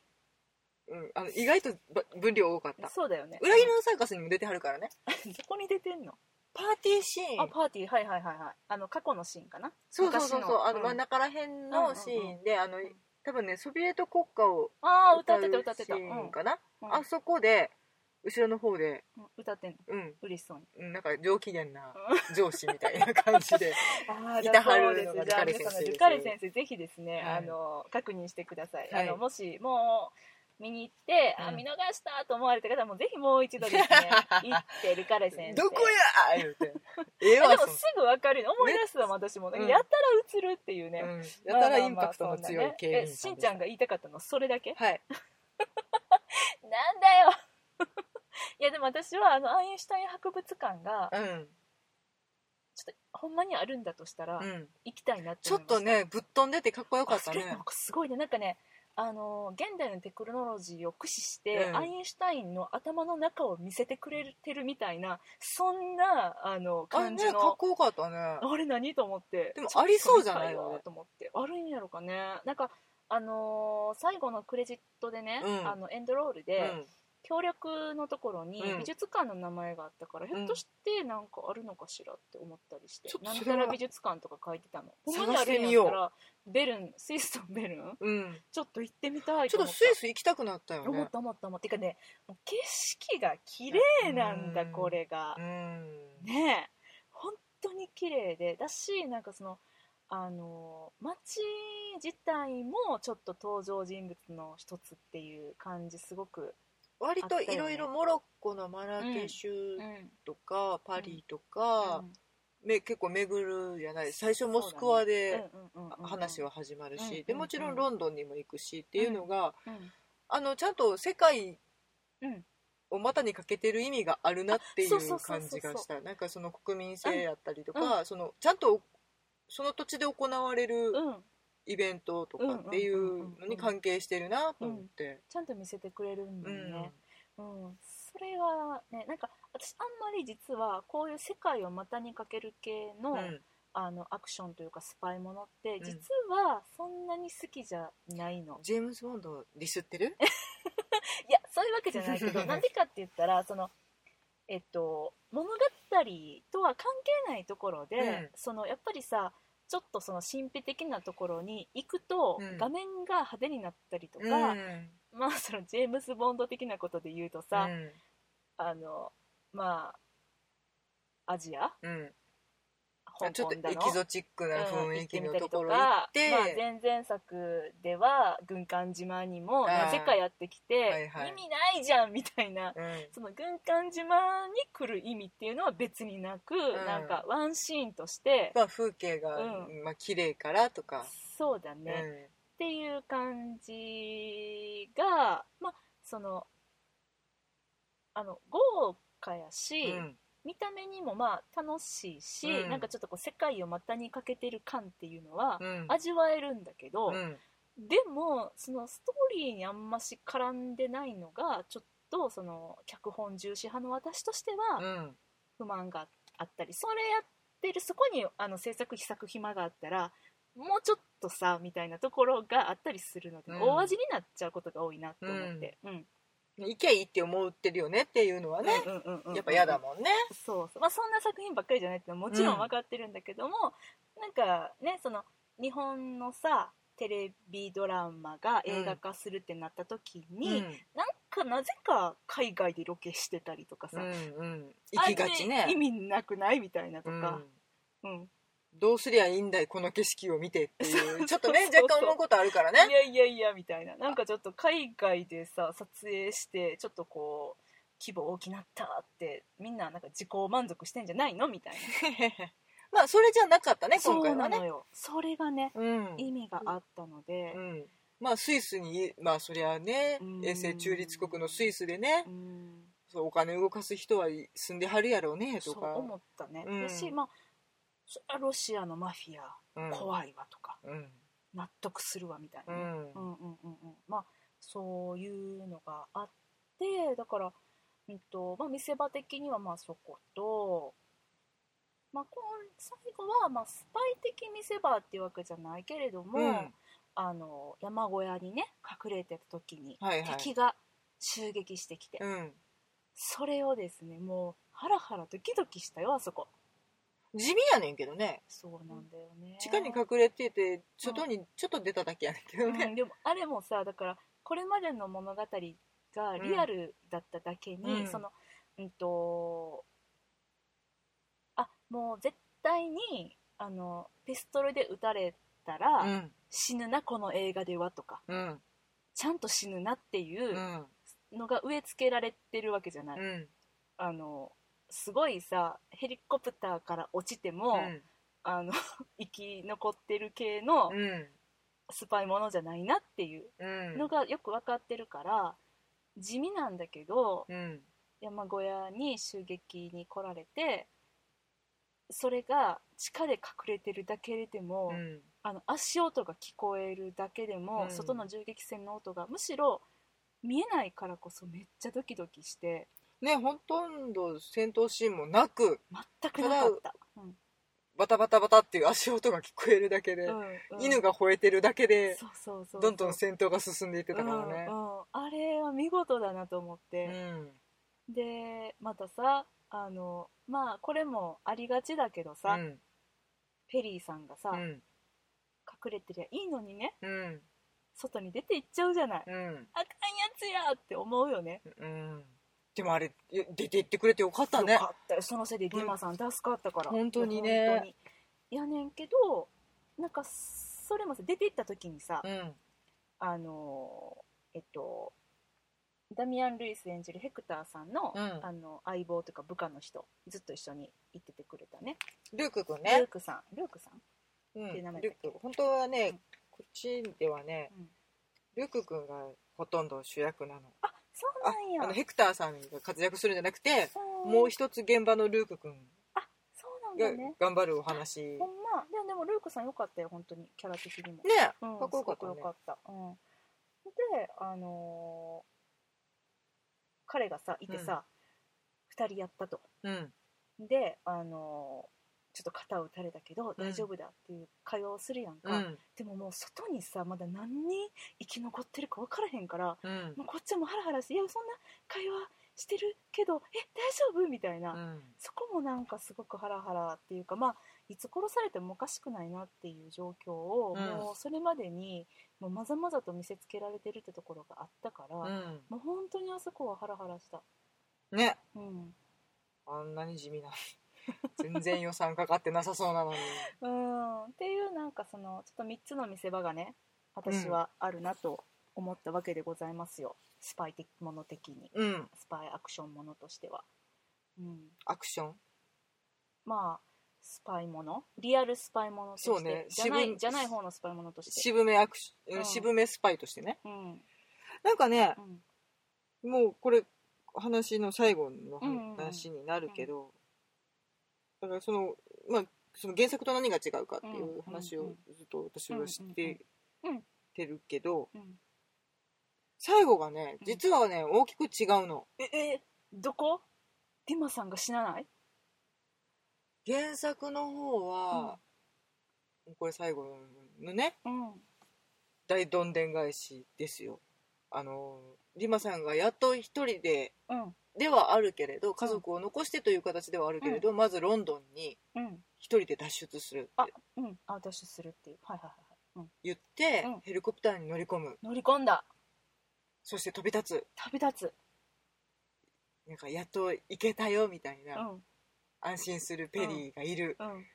Speaker 2: うんあの意外とば分量多かった
Speaker 1: そうだよね
Speaker 2: 裏切りのサーカスにも出てはるからね
Speaker 1: どこに出てんの
Speaker 2: パーティーシー
Speaker 1: あ
Speaker 2: ン
Speaker 1: パーティーはいはいはいはいあの過去のシーンかな
Speaker 2: そうそうそう
Speaker 1: 昔
Speaker 2: そう
Speaker 1: の
Speaker 2: あの
Speaker 1: うん
Speaker 2: 真ん中ら辺のシーンで、あの多分ねソビエト国歌を
Speaker 1: ああ歌
Speaker 2: 歌
Speaker 1: ってた歌
Speaker 2: う
Speaker 1: って
Speaker 2: シ
Speaker 1: た、うん
Speaker 2: ーンかな、
Speaker 1: うん
Speaker 2: あそこで後ろの方で
Speaker 1: うん歌ってんの
Speaker 2: うん
Speaker 1: 嬉しそうに
Speaker 2: うんなんか上機嫌な上司みたいな感じで
Speaker 1: あー
Speaker 2: いたはる
Speaker 1: そ
Speaker 2: の
Speaker 1: うです
Speaker 2: が
Speaker 1: じゃあ
Speaker 2: ルカ
Speaker 1: 皆
Speaker 2: リ先
Speaker 1: さ
Speaker 2: 生
Speaker 1: ん
Speaker 2: です
Speaker 1: ルカリ先生ぜひですね、
Speaker 2: はい
Speaker 1: あの確認してください、
Speaker 2: はい
Speaker 1: あのもしもう見に行って、あ
Speaker 2: うん
Speaker 1: 見逃したと思われた方はもうぜひもう一度ですね 行ってルカリ 先生
Speaker 2: どこや言う てええ
Speaker 1: いやでも
Speaker 2: わそん
Speaker 1: すぐ分かるよ思い出すわ私も、
Speaker 2: うん
Speaker 1: やたら映るっていうね、
Speaker 2: うんやたらインパクト
Speaker 1: まあ
Speaker 2: の
Speaker 1: まあ
Speaker 2: 強
Speaker 1: ま
Speaker 2: い
Speaker 1: あ
Speaker 2: 警備
Speaker 1: え
Speaker 2: 員さ
Speaker 1: し
Speaker 2: ん
Speaker 1: ん
Speaker 2: で
Speaker 1: ち
Speaker 2: した
Speaker 1: ゃんが言いたかったのはそれだけ
Speaker 2: はい
Speaker 1: なんだよ いやでも私はあのアインシュタイン博物館が
Speaker 2: うん
Speaker 1: ちょっとほんまにあるんだとしたら、
Speaker 2: うん
Speaker 1: 行きたいなって
Speaker 2: ちょ
Speaker 1: 思い
Speaker 2: っ
Speaker 1: ました
Speaker 2: とねぶっ飛んでてかっこよか
Speaker 1: あ
Speaker 2: っ
Speaker 1: す
Speaker 2: た
Speaker 1: げえ
Speaker 2: ね
Speaker 1: なんかすごいねなんかねあのー現代のテクノロジーを駆使して、
Speaker 2: うん
Speaker 1: アインシュタインの頭の中を見せてくれてるみたいなそんなあの
Speaker 2: あれ
Speaker 1: 感じ
Speaker 2: ねかっ
Speaker 1: の
Speaker 2: こよかったね
Speaker 1: あれ何と思って
Speaker 2: でも
Speaker 1: ちょっと
Speaker 2: ありそうじゃない
Speaker 1: 見た
Speaker 2: の
Speaker 1: わと思ってあるんやろかねなんかあのー最後のクレジットでね、
Speaker 2: うん
Speaker 1: あのエンドロールで、協力のところに
Speaker 2: うん
Speaker 1: 美術館の名前があったから、
Speaker 2: ん
Speaker 1: ひょっとしてなんかあるのかしらって思ったりして
Speaker 2: ちょっと
Speaker 1: なん
Speaker 2: そ
Speaker 1: た
Speaker 2: れは
Speaker 1: ら美術館とか書いてたのほんまに
Speaker 2: 探
Speaker 1: あ
Speaker 2: し
Speaker 1: る
Speaker 2: て
Speaker 1: ん
Speaker 2: み
Speaker 1: や
Speaker 2: よう
Speaker 1: ったらベルンスイスのベルン
Speaker 2: うんうん
Speaker 1: ちょっと行ってみたい
Speaker 2: ち
Speaker 1: と
Speaker 2: ょ
Speaker 1: 思
Speaker 2: っ
Speaker 1: っ
Speaker 2: と
Speaker 1: た
Speaker 2: スイス行きたくなったよ
Speaker 1: 思っ
Speaker 2: ね
Speaker 1: た思った思ったてかねもう景色が綺麗なんだ
Speaker 2: うん
Speaker 1: これが
Speaker 2: うん
Speaker 1: ねえ本当に綺麗でだしなんかそのあの街自体もちょっと登場人物の一つっていう感じすごく、
Speaker 2: 割といろいろモロッコのマラケシ
Speaker 1: う
Speaker 2: ュ
Speaker 1: ん
Speaker 2: とかパリとか
Speaker 1: うん
Speaker 2: め結構巡るじゃない最初モスク
Speaker 1: そ
Speaker 2: ワ
Speaker 1: うだね
Speaker 2: で
Speaker 1: うんうんうんうん
Speaker 2: 話は始まる
Speaker 1: うんうんうん
Speaker 2: しでもちろんロンドンにも行くしっていうのが
Speaker 1: うん
Speaker 2: あのちゃんと世界
Speaker 1: うん
Speaker 2: を股にかけてる意味があるなってい
Speaker 1: あそうそう
Speaker 2: う
Speaker 1: そう
Speaker 2: 感
Speaker 1: そうそう
Speaker 2: じがしたなんかその国民性やったりとかそのちゃんとその土地で行われる
Speaker 1: うん
Speaker 2: イベントとかっていうのに関係してるなと思って。
Speaker 1: ちゃんと見せてくれるんだ
Speaker 2: う
Speaker 1: よ
Speaker 2: ん
Speaker 1: ね、うんそれはねなんか私あんまり実はこういう世界を股にかける系の,、
Speaker 2: うん
Speaker 1: あのアクションというかスパイものって
Speaker 2: ん
Speaker 1: 実はそんなに好きじゃない の、
Speaker 2: ジェームズ・ボンドディスってる
Speaker 1: いやそういうわけじゃないけ どなんでかって言ったらそのえっと物語とは関係ないところで、
Speaker 2: うん
Speaker 1: そのやっぱりさちょっとその神秘的なところに行くと、
Speaker 2: うん
Speaker 1: 画面が派手になったりとか、
Speaker 2: うん
Speaker 1: まあ そのジェームズ・ボンド的なことで言うとさ、あのまあアジア
Speaker 2: うんうん
Speaker 1: 香
Speaker 2: ちょっ
Speaker 1: 港だの
Speaker 2: とエキゾチックな
Speaker 1: うん
Speaker 2: 雰囲気のところ行
Speaker 1: 行
Speaker 2: っ
Speaker 1: ってみ
Speaker 2: て
Speaker 1: たりとか、まあ、前々作では軍艦島にも
Speaker 2: あー
Speaker 1: なぜかやってきて、
Speaker 2: はいはい
Speaker 1: 意味ないじゃんみたいな
Speaker 2: うん
Speaker 1: その軍艦島に来る意味っていうのは別になく、
Speaker 2: ん
Speaker 1: なんかワンシーンとして、
Speaker 2: まあ、風景が、
Speaker 1: う
Speaker 2: まあ綺麗からとか、
Speaker 1: そうだね、
Speaker 2: うん
Speaker 1: っていう感じがまあそのあの豪華やし、
Speaker 2: うん
Speaker 1: 見た目にもまあ楽しいし、
Speaker 2: うん
Speaker 1: なんかちょっとこう世界を股にかけてる感っていうのは
Speaker 2: うん
Speaker 1: 味わえるんだけど、
Speaker 2: うん
Speaker 1: でもそのストーリーにあんまし絡んでないのがちょっとその脚本重視派の私として
Speaker 2: う
Speaker 1: は
Speaker 2: ん
Speaker 1: 不満があったり、それやってるそこにあの制作秘作暇があったらもうちょっとさみたいなところがあったりするので、
Speaker 2: うん
Speaker 1: 大味になっちゃうことが多いなって思って、うん
Speaker 2: 行けいいって思ってるよねっていうのはね、
Speaker 1: うんうんうんうん
Speaker 2: やっぱ嫌だもんね、
Speaker 1: そうそう、まあ、そんな作品ばっかりじゃないってのはもちろん分かってるんだけども、なんかねその日本のさテレビドラマが映画化するってなった時に、なんかなぜか海外でロケしてたりとか
Speaker 2: う
Speaker 1: さ、
Speaker 2: んうんうん行
Speaker 1: あれ
Speaker 2: きがち
Speaker 1: 意
Speaker 2: ね、
Speaker 1: 味なくないみたいなと
Speaker 2: うん
Speaker 1: か、うん
Speaker 2: どうすりゃいいんだいこの景色を見てっていうちょっと
Speaker 1: そう
Speaker 2: ね
Speaker 1: そうそう
Speaker 2: 若干思うことあるから
Speaker 1: い
Speaker 2: ね
Speaker 1: やいやいやみたいななんかちょっと海外でさ撮影してちょっとこう規模大きなったってみんななんか自己満足してんじゃないのみたいな
Speaker 2: まあそれじゃなかったね
Speaker 1: そ
Speaker 2: 今
Speaker 1: う
Speaker 2: 回
Speaker 1: な
Speaker 2: はね
Speaker 1: のよそれがね
Speaker 2: うん
Speaker 1: 意味があったので
Speaker 2: う、んまあスイスにまあそりゃね
Speaker 1: うん
Speaker 2: 衛星中立国のスイスでね
Speaker 1: うん
Speaker 2: そうお金動かす人は住んではるやろうね
Speaker 1: そ
Speaker 2: と
Speaker 1: う
Speaker 2: か
Speaker 1: 思ったね、
Speaker 2: うん
Speaker 1: だしまあそりゃロシアのマフィア
Speaker 2: うん
Speaker 1: 怖いわとか、
Speaker 2: うん
Speaker 1: 納得するわみたいうなね、
Speaker 2: ん
Speaker 1: うんうんうんうん、まあそういうのがあってだから、うんとまあ、見せ場的にはまあそこと、まあ、こう最後はまあスパイ的見せ場っていうわけじゃないけれども、
Speaker 2: うん
Speaker 1: あの山小屋にね隠れてた時に
Speaker 2: はいはい
Speaker 1: 敵が襲撃してきて、
Speaker 2: うん
Speaker 1: それをですねもうハラハラドキドキしたよあそこ
Speaker 2: 地味やねんけどね
Speaker 1: そうなんだよね
Speaker 2: 地下に隠れてて外にちょっと出ただけやねんけど
Speaker 1: う
Speaker 2: ね
Speaker 1: んでもあれもさだからこれまでの物語がリアルだっただけに、
Speaker 2: うん
Speaker 1: そのうんとあもう絶対にあのピストルで撃たれたら、
Speaker 2: ん
Speaker 1: 死ぬなこの映画ではとか
Speaker 2: うん
Speaker 1: ちゃんと死ぬなっていううんのが植え付けられてるわけじゃない、
Speaker 2: うん
Speaker 1: あのすごいさヘリコプターから落ちても、
Speaker 2: うん
Speaker 1: あの 生き残ってる系の
Speaker 2: うん
Speaker 1: スパイものじゃないなっていう
Speaker 2: うん
Speaker 1: のがよく分かってるから地味なんだけど
Speaker 2: うん
Speaker 1: 山小屋に襲撃に来られてそれが地下で隠れてるだけでも、
Speaker 2: うん
Speaker 1: あの足音が聞こえるだけでも、
Speaker 2: うん
Speaker 1: 外の銃撃戦の音がむしろ見えないからこそめっちゃドキドキして
Speaker 2: ねほとんど戦闘シーンもなく
Speaker 1: 全くなかった、うん
Speaker 2: バタバタバタっていう足音が聞こえるだけで、
Speaker 1: うんうん
Speaker 2: 犬が吠えてるだけで
Speaker 1: そうそうそう
Speaker 2: どんどん戦闘が進んでいって
Speaker 1: て
Speaker 2: たからね
Speaker 1: うんうん、あれは見事だなと思って、
Speaker 2: うん
Speaker 1: でまたさあのまあこれもありがちだけどさ、
Speaker 2: うん
Speaker 1: ペリーさんがさ、
Speaker 2: う
Speaker 1: 隠
Speaker 2: ん
Speaker 1: れてりゃいいのにね
Speaker 2: うん
Speaker 1: 外に出て行っちゃうじゃない、
Speaker 2: うん
Speaker 1: あかんやつやって思うよね
Speaker 2: うんでもあれいや出て行ってくれてよかったね
Speaker 1: よかったよそのせいでディマさん助かったから、
Speaker 2: 本当にね
Speaker 1: 本当にやねんけどなんかそれもさ出て行った時にさ、
Speaker 2: うん
Speaker 1: あのえっとダミアン・ルイス演じるヘクターさんの,、
Speaker 2: うん
Speaker 1: あの相棒というか部下の人ずっと一緒に行っててくれたね
Speaker 2: ルーク君
Speaker 1: ルー
Speaker 2: ね
Speaker 1: クさんルークさん
Speaker 2: うん
Speaker 1: っていう
Speaker 2: ル
Speaker 1: 名前
Speaker 2: ー
Speaker 1: だっけ
Speaker 2: ク本当は
Speaker 1: う
Speaker 2: ね
Speaker 1: ん
Speaker 2: こっちではね
Speaker 1: うん
Speaker 2: ルーク君がほとんど主役なの
Speaker 1: あそう
Speaker 2: あ
Speaker 1: な
Speaker 2: の
Speaker 1: んや
Speaker 2: ヘクターさんが活躍するんじゃなくて
Speaker 1: そう
Speaker 2: もう一つ現場のルーク君
Speaker 1: そうな
Speaker 2: が
Speaker 1: んだね
Speaker 2: 頑張るお話ね
Speaker 1: ほんまでもでもルークさんよかったよ本当にキャラ的にもうん
Speaker 2: かっこよかっ
Speaker 1: すごくよ
Speaker 2: た
Speaker 1: か
Speaker 2: ね
Speaker 1: った、うん、であのー彼がさいてさ、二2人やったと
Speaker 2: うん
Speaker 1: であのーちょっと肩を打たれたけど
Speaker 2: うん
Speaker 1: 大丈夫だっていう会話をするやんか、
Speaker 2: うん
Speaker 1: でももう外にさまだ何人生き残ってるか分からへんから
Speaker 2: うん
Speaker 1: もうこっちはもうハラハラして「いやそんな会話してるけどえ大丈夫?」みたいな、
Speaker 2: うん
Speaker 1: そこもなんかすごくハラハラっていうか、まあ、いつ殺されてもおかしくないなっていう状況を、
Speaker 2: うん
Speaker 1: もうそれまでにもうまざまざと見せつけられてるってところがあったから、も
Speaker 2: う
Speaker 1: う本当にあそこはハラハラした、
Speaker 2: んね
Speaker 1: うん、
Speaker 2: あんなに地味な 全然予算かかってなさそうなのに
Speaker 1: うんっていうなんかそのちょっと3つの見せ場がね私はあるなと思ったわけでございますよ、スパイ的もの的に
Speaker 2: うん
Speaker 1: スパイアクションものとしては、うん、
Speaker 2: アクション
Speaker 1: まあスパイものリアルスパイものとして
Speaker 2: そうね
Speaker 1: じゃな
Speaker 2: 渋
Speaker 1: い
Speaker 2: い
Speaker 1: じゃない方のスパイものとして
Speaker 2: 渋めアクシ
Speaker 1: うん
Speaker 2: 渋めスパイとしてね
Speaker 1: うん
Speaker 2: なんかね
Speaker 1: うん
Speaker 2: もうこれ話の最後の
Speaker 1: うんうんうん
Speaker 2: 話になるけど、だからそのまあその原作と何が違うかっていう話
Speaker 1: うんう
Speaker 2: を
Speaker 1: ん
Speaker 2: ずっと私は知っ
Speaker 1: うん
Speaker 2: て
Speaker 1: うんうん
Speaker 2: てるけど
Speaker 1: うん
Speaker 2: 最後がね
Speaker 1: うん
Speaker 2: 実はね大きく違うの
Speaker 1: ええどこディマさんが死なない
Speaker 2: 原作の方は、これ最後のね
Speaker 1: うん
Speaker 2: 大どんでん返しですよあのリマさんがやっと一人で
Speaker 1: うん
Speaker 2: ではあるけれど家族を残してという形ではあるけれど、まずロンドンに
Speaker 1: うん
Speaker 2: 一人で脱出するって
Speaker 1: うんあ私するっていうはいはいはい、はい
Speaker 2: 言って、
Speaker 1: うん
Speaker 2: ヘリコプターに乗り込む
Speaker 1: うん、乗り込んだ
Speaker 2: そして飛び立
Speaker 1: 旅立つ
Speaker 2: つなんかやっと行けたよみたいうな、
Speaker 1: ん
Speaker 2: 安心するペリーがいる、
Speaker 1: うん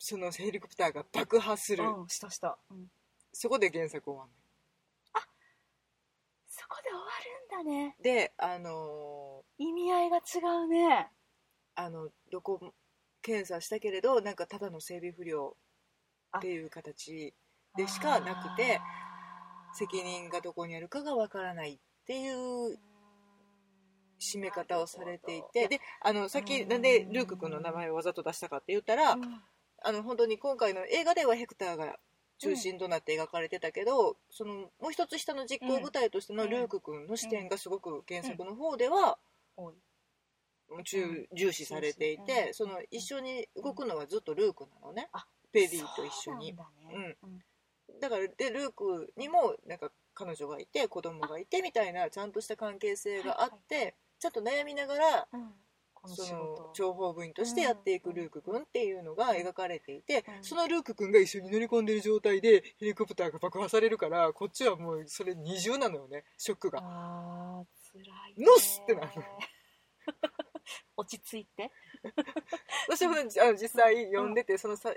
Speaker 2: そのヘリコプターが爆破する、
Speaker 1: うんしたした、うん、
Speaker 2: そこで原作終わる
Speaker 1: そこで終わるんだね
Speaker 2: であの
Speaker 1: 意味合いが違うね
Speaker 2: ーあのどこも検査したけれどなんかただの整備不良っていう形でしかなくて
Speaker 1: あー
Speaker 2: 責任がどこにあるかがわからないっていう締め方をされていてであのさっき
Speaker 1: うん
Speaker 2: なんでルーク君の名前をわざと出したかって言ったら、
Speaker 1: うん
Speaker 2: あの本当に今回の映画ではヘクターが中心となって描かれてたけど、そのもう一つ下の実行部隊としてのルーク君の視点がすごく原作の方では
Speaker 1: 多い
Speaker 2: 重重視されてい
Speaker 1: うん
Speaker 2: てその一緒に動くのはずっとルークなのね
Speaker 1: あ
Speaker 2: ペリーと一緒に
Speaker 1: そうなんだね
Speaker 2: だからでルークにもなんか彼女がいて子供がいてみたいなちゃんとした関係性があって、ちょっと悩みながら
Speaker 1: うんこの
Speaker 2: そ
Speaker 1: 仕
Speaker 2: の
Speaker 1: 事
Speaker 2: 情報部員としてやってい
Speaker 1: う
Speaker 2: く
Speaker 1: ん
Speaker 2: ルーク君っていうのが描かれていて、
Speaker 1: うん
Speaker 2: そのルーク君が一緒に乗り込んでる状態でヘリコプターが爆破されるからこっちはもうそれ二重なのよねショックが。
Speaker 1: あー辛いね
Speaker 2: ノスってなる
Speaker 1: 落ち着いて
Speaker 2: 私もあの実際読んでてそのさ、
Speaker 1: うん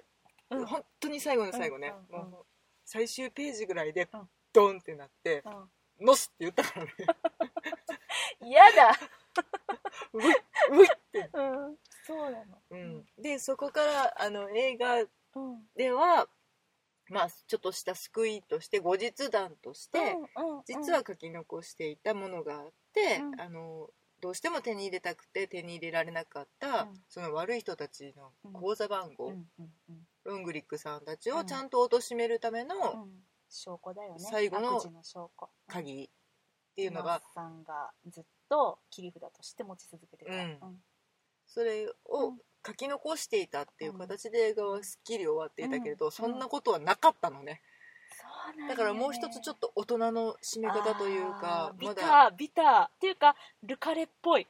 Speaker 2: 本当に最後の最後ね、
Speaker 1: うんうんうん
Speaker 2: もう最終ページぐらいで
Speaker 1: うん
Speaker 2: ドンってなって
Speaker 1: う
Speaker 2: 「ノス」って言ったからね
Speaker 1: ん嫌だ
Speaker 2: 「ういっういっ」て、
Speaker 1: うんそうなの
Speaker 2: うん、でそこからあの映画
Speaker 1: うん
Speaker 2: ではまあちょっとした救いとして後日談として、
Speaker 1: うんうん
Speaker 2: 実は書き残していたものがあって、
Speaker 1: うん
Speaker 2: あのどうしても手に入れたくて手に入れられなかった、
Speaker 1: うん
Speaker 2: その悪い人たちの口座番号、
Speaker 1: うんうんうん
Speaker 2: ロングリックさんたちをちゃんと貶めるため
Speaker 1: う
Speaker 2: の
Speaker 1: ん証拠だよね
Speaker 2: 最後の
Speaker 1: 悪事の証拠っ
Speaker 2: 鍵って
Speaker 1: て
Speaker 2: いうのが、
Speaker 1: さんがずっと切り札として持ち続けてた
Speaker 2: うん
Speaker 1: うん
Speaker 2: それ
Speaker 1: う
Speaker 2: を
Speaker 1: ん
Speaker 2: 書き残していたっていう形で映画はすっきり終わっていたけれど、
Speaker 1: うん
Speaker 2: そんなことはなかったのね
Speaker 1: そうなんよね
Speaker 2: だからもう一つちょっと大人の締め方という
Speaker 1: あ
Speaker 2: か
Speaker 1: ー
Speaker 2: ま
Speaker 1: ビタ
Speaker 2: だ
Speaker 1: ービターっていうかルカレっぽい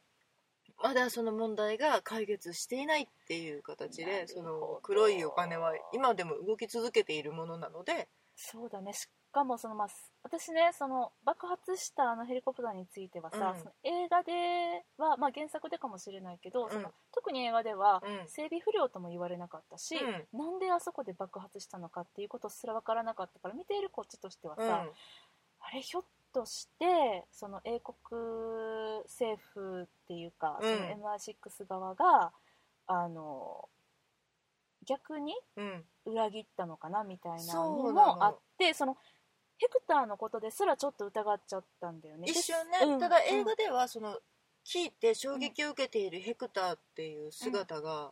Speaker 2: まだその問題が解決していないっていう形
Speaker 1: なる
Speaker 2: で
Speaker 1: ほど
Speaker 2: その黒いお金は今でも動き続けているものなので、
Speaker 1: そうだねしかもそのまあす私ねその爆発したあのヘリコプターについてはさ、
Speaker 2: うん
Speaker 1: その映画では、まあ、原作でかもしれないけど、
Speaker 2: うん
Speaker 1: その特に映画では、
Speaker 2: うん
Speaker 1: 整備不良とも言われなかったし、
Speaker 2: う
Speaker 1: なんであそこで爆発したのかっていうことすら分からなかったから見ているこっちとしてはさ、
Speaker 2: うん
Speaker 1: あれひょっとしてその英国政府っていうか、
Speaker 2: うん
Speaker 1: その MI6 側があの逆に
Speaker 2: うん
Speaker 1: 裏切ったのかなみたいな
Speaker 2: そ
Speaker 1: の
Speaker 2: うな
Speaker 1: も
Speaker 2: の
Speaker 1: あってそのヘクターのことですらちょっと疑っちゃったんだよね
Speaker 2: 一瞬ね、
Speaker 1: うん
Speaker 2: ただ映画ではその聞いて衝撃を受けているヘクターっていう姿が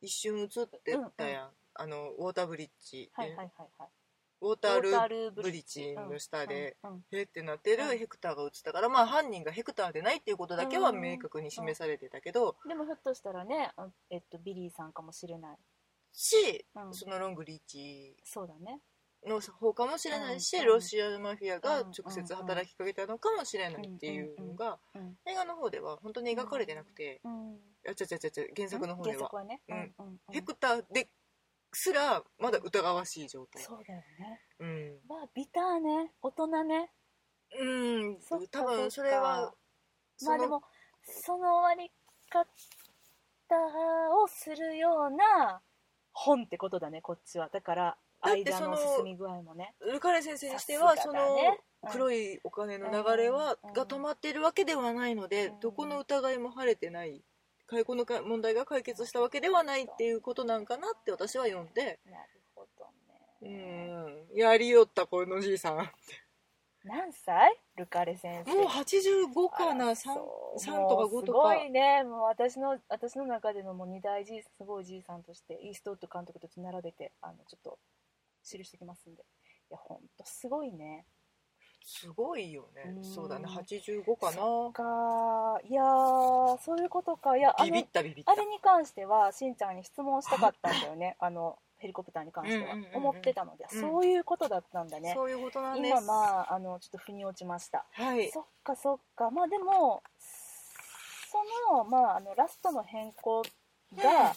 Speaker 2: 一瞬映ってたやん、あのウォーターブリッジ、
Speaker 1: はいはいはいはい
Speaker 2: ウォータ
Speaker 1: ウォ
Speaker 2: ール
Speaker 1: ータールーブ
Speaker 2: ブ
Speaker 1: リ
Speaker 2: リ
Speaker 1: ッ
Speaker 2: ッ
Speaker 1: ジ
Speaker 2: ジの下で、
Speaker 1: うんうん
Speaker 2: へってなって
Speaker 1: うん
Speaker 2: るヘクターが映ったから、まあ犯人がヘクターでないっていうことだけは明確に示されてたけど、
Speaker 1: でもひょっとしたらね、あえっと、ビリーさんかもしれない、
Speaker 2: し
Speaker 1: うん、
Speaker 2: そのロングリッジ
Speaker 1: そうだね
Speaker 2: の方かもしれないし、
Speaker 1: うん
Speaker 2: ロシアのマフィアが直接働きかけたのかもしれないっていうのが、
Speaker 1: うんうん
Speaker 2: 映画の方では本当に描かれてなくて、
Speaker 1: うん
Speaker 2: あちゃちゃちゃちゃ原作の方で
Speaker 1: 原
Speaker 2: は
Speaker 1: 作はね、
Speaker 2: うん
Speaker 1: うんうんうん
Speaker 2: ヘクターですらまだ疑わしい状態
Speaker 1: そうだよね
Speaker 2: うん、
Speaker 1: まあビターね大人ね
Speaker 2: うん
Speaker 1: そっか、
Speaker 2: 多分それは
Speaker 1: そっかまあでもその終わり方をするような本ってことだねこっちはだから
Speaker 2: だって
Speaker 1: 間
Speaker 2: その
Speaker 1: の進み具合もね
Speaker 2: ルカレ先生にしては
Speaker 1: さす
Speaker 2: そ
Speaker 1: が
Speaker 2: の
Speaker 1: だねうん
Speaker 2: 黒いお金の流れは
Speaker 1: うん
Speaker 2: が止まっているわけではないので
Speaker 1: うん
Speaker 2: どこの疑いも晴れてない解雇のか問題が解決したわけではないっていうことなんかなって私は読んで
Speaker 1: なるほど
Speaker 2: う
Speaker 1: ね
Speaker 2: んやりよったこのじいさんも
Speaker 1: 何歳ルカレ先生
Speaker 2: う85かな
Speaker 1: あら
Speaker 2: 3
Speaker 1: そう
Speaker 2: 三とか
Speaker 1: もう
Speaker 2: 5と
Speaker 1: す
Speaker 2: か
Speaker 1: ごいねもう私の私の中でのもう二大じいすごいじいさんとしてイーストウッド監督とちょっと並べてあのちょっと記してきますんでいやほんとすごいね
Speaker 2: すごいよね
Speaker 1: うん
Speaker 2: そうだね85か
Speaker 1: そっ
Speaker 2: な
Speaker 1: かいやーそういうことかいやあ
Speaker 2: ビビ
Speaker 1: の
Speaker 2: ったビビった
Speaker 1: あれに関してはしんちゃんに質問したかったんだよ ねあのヘリコプターに関しては
Speaker 2: うんうんうんうん
Speaker 1: 思ってたので
Speaker 2: うん
Speaker 1: そういうことだったんだね
Speaker 2: そういうことなんです
Speaker 1: 今まああのちょっと腑に落ちました
Speaker 2: はい
Speaker 1: そっかそっかまあでもそのまああのラストの変更が、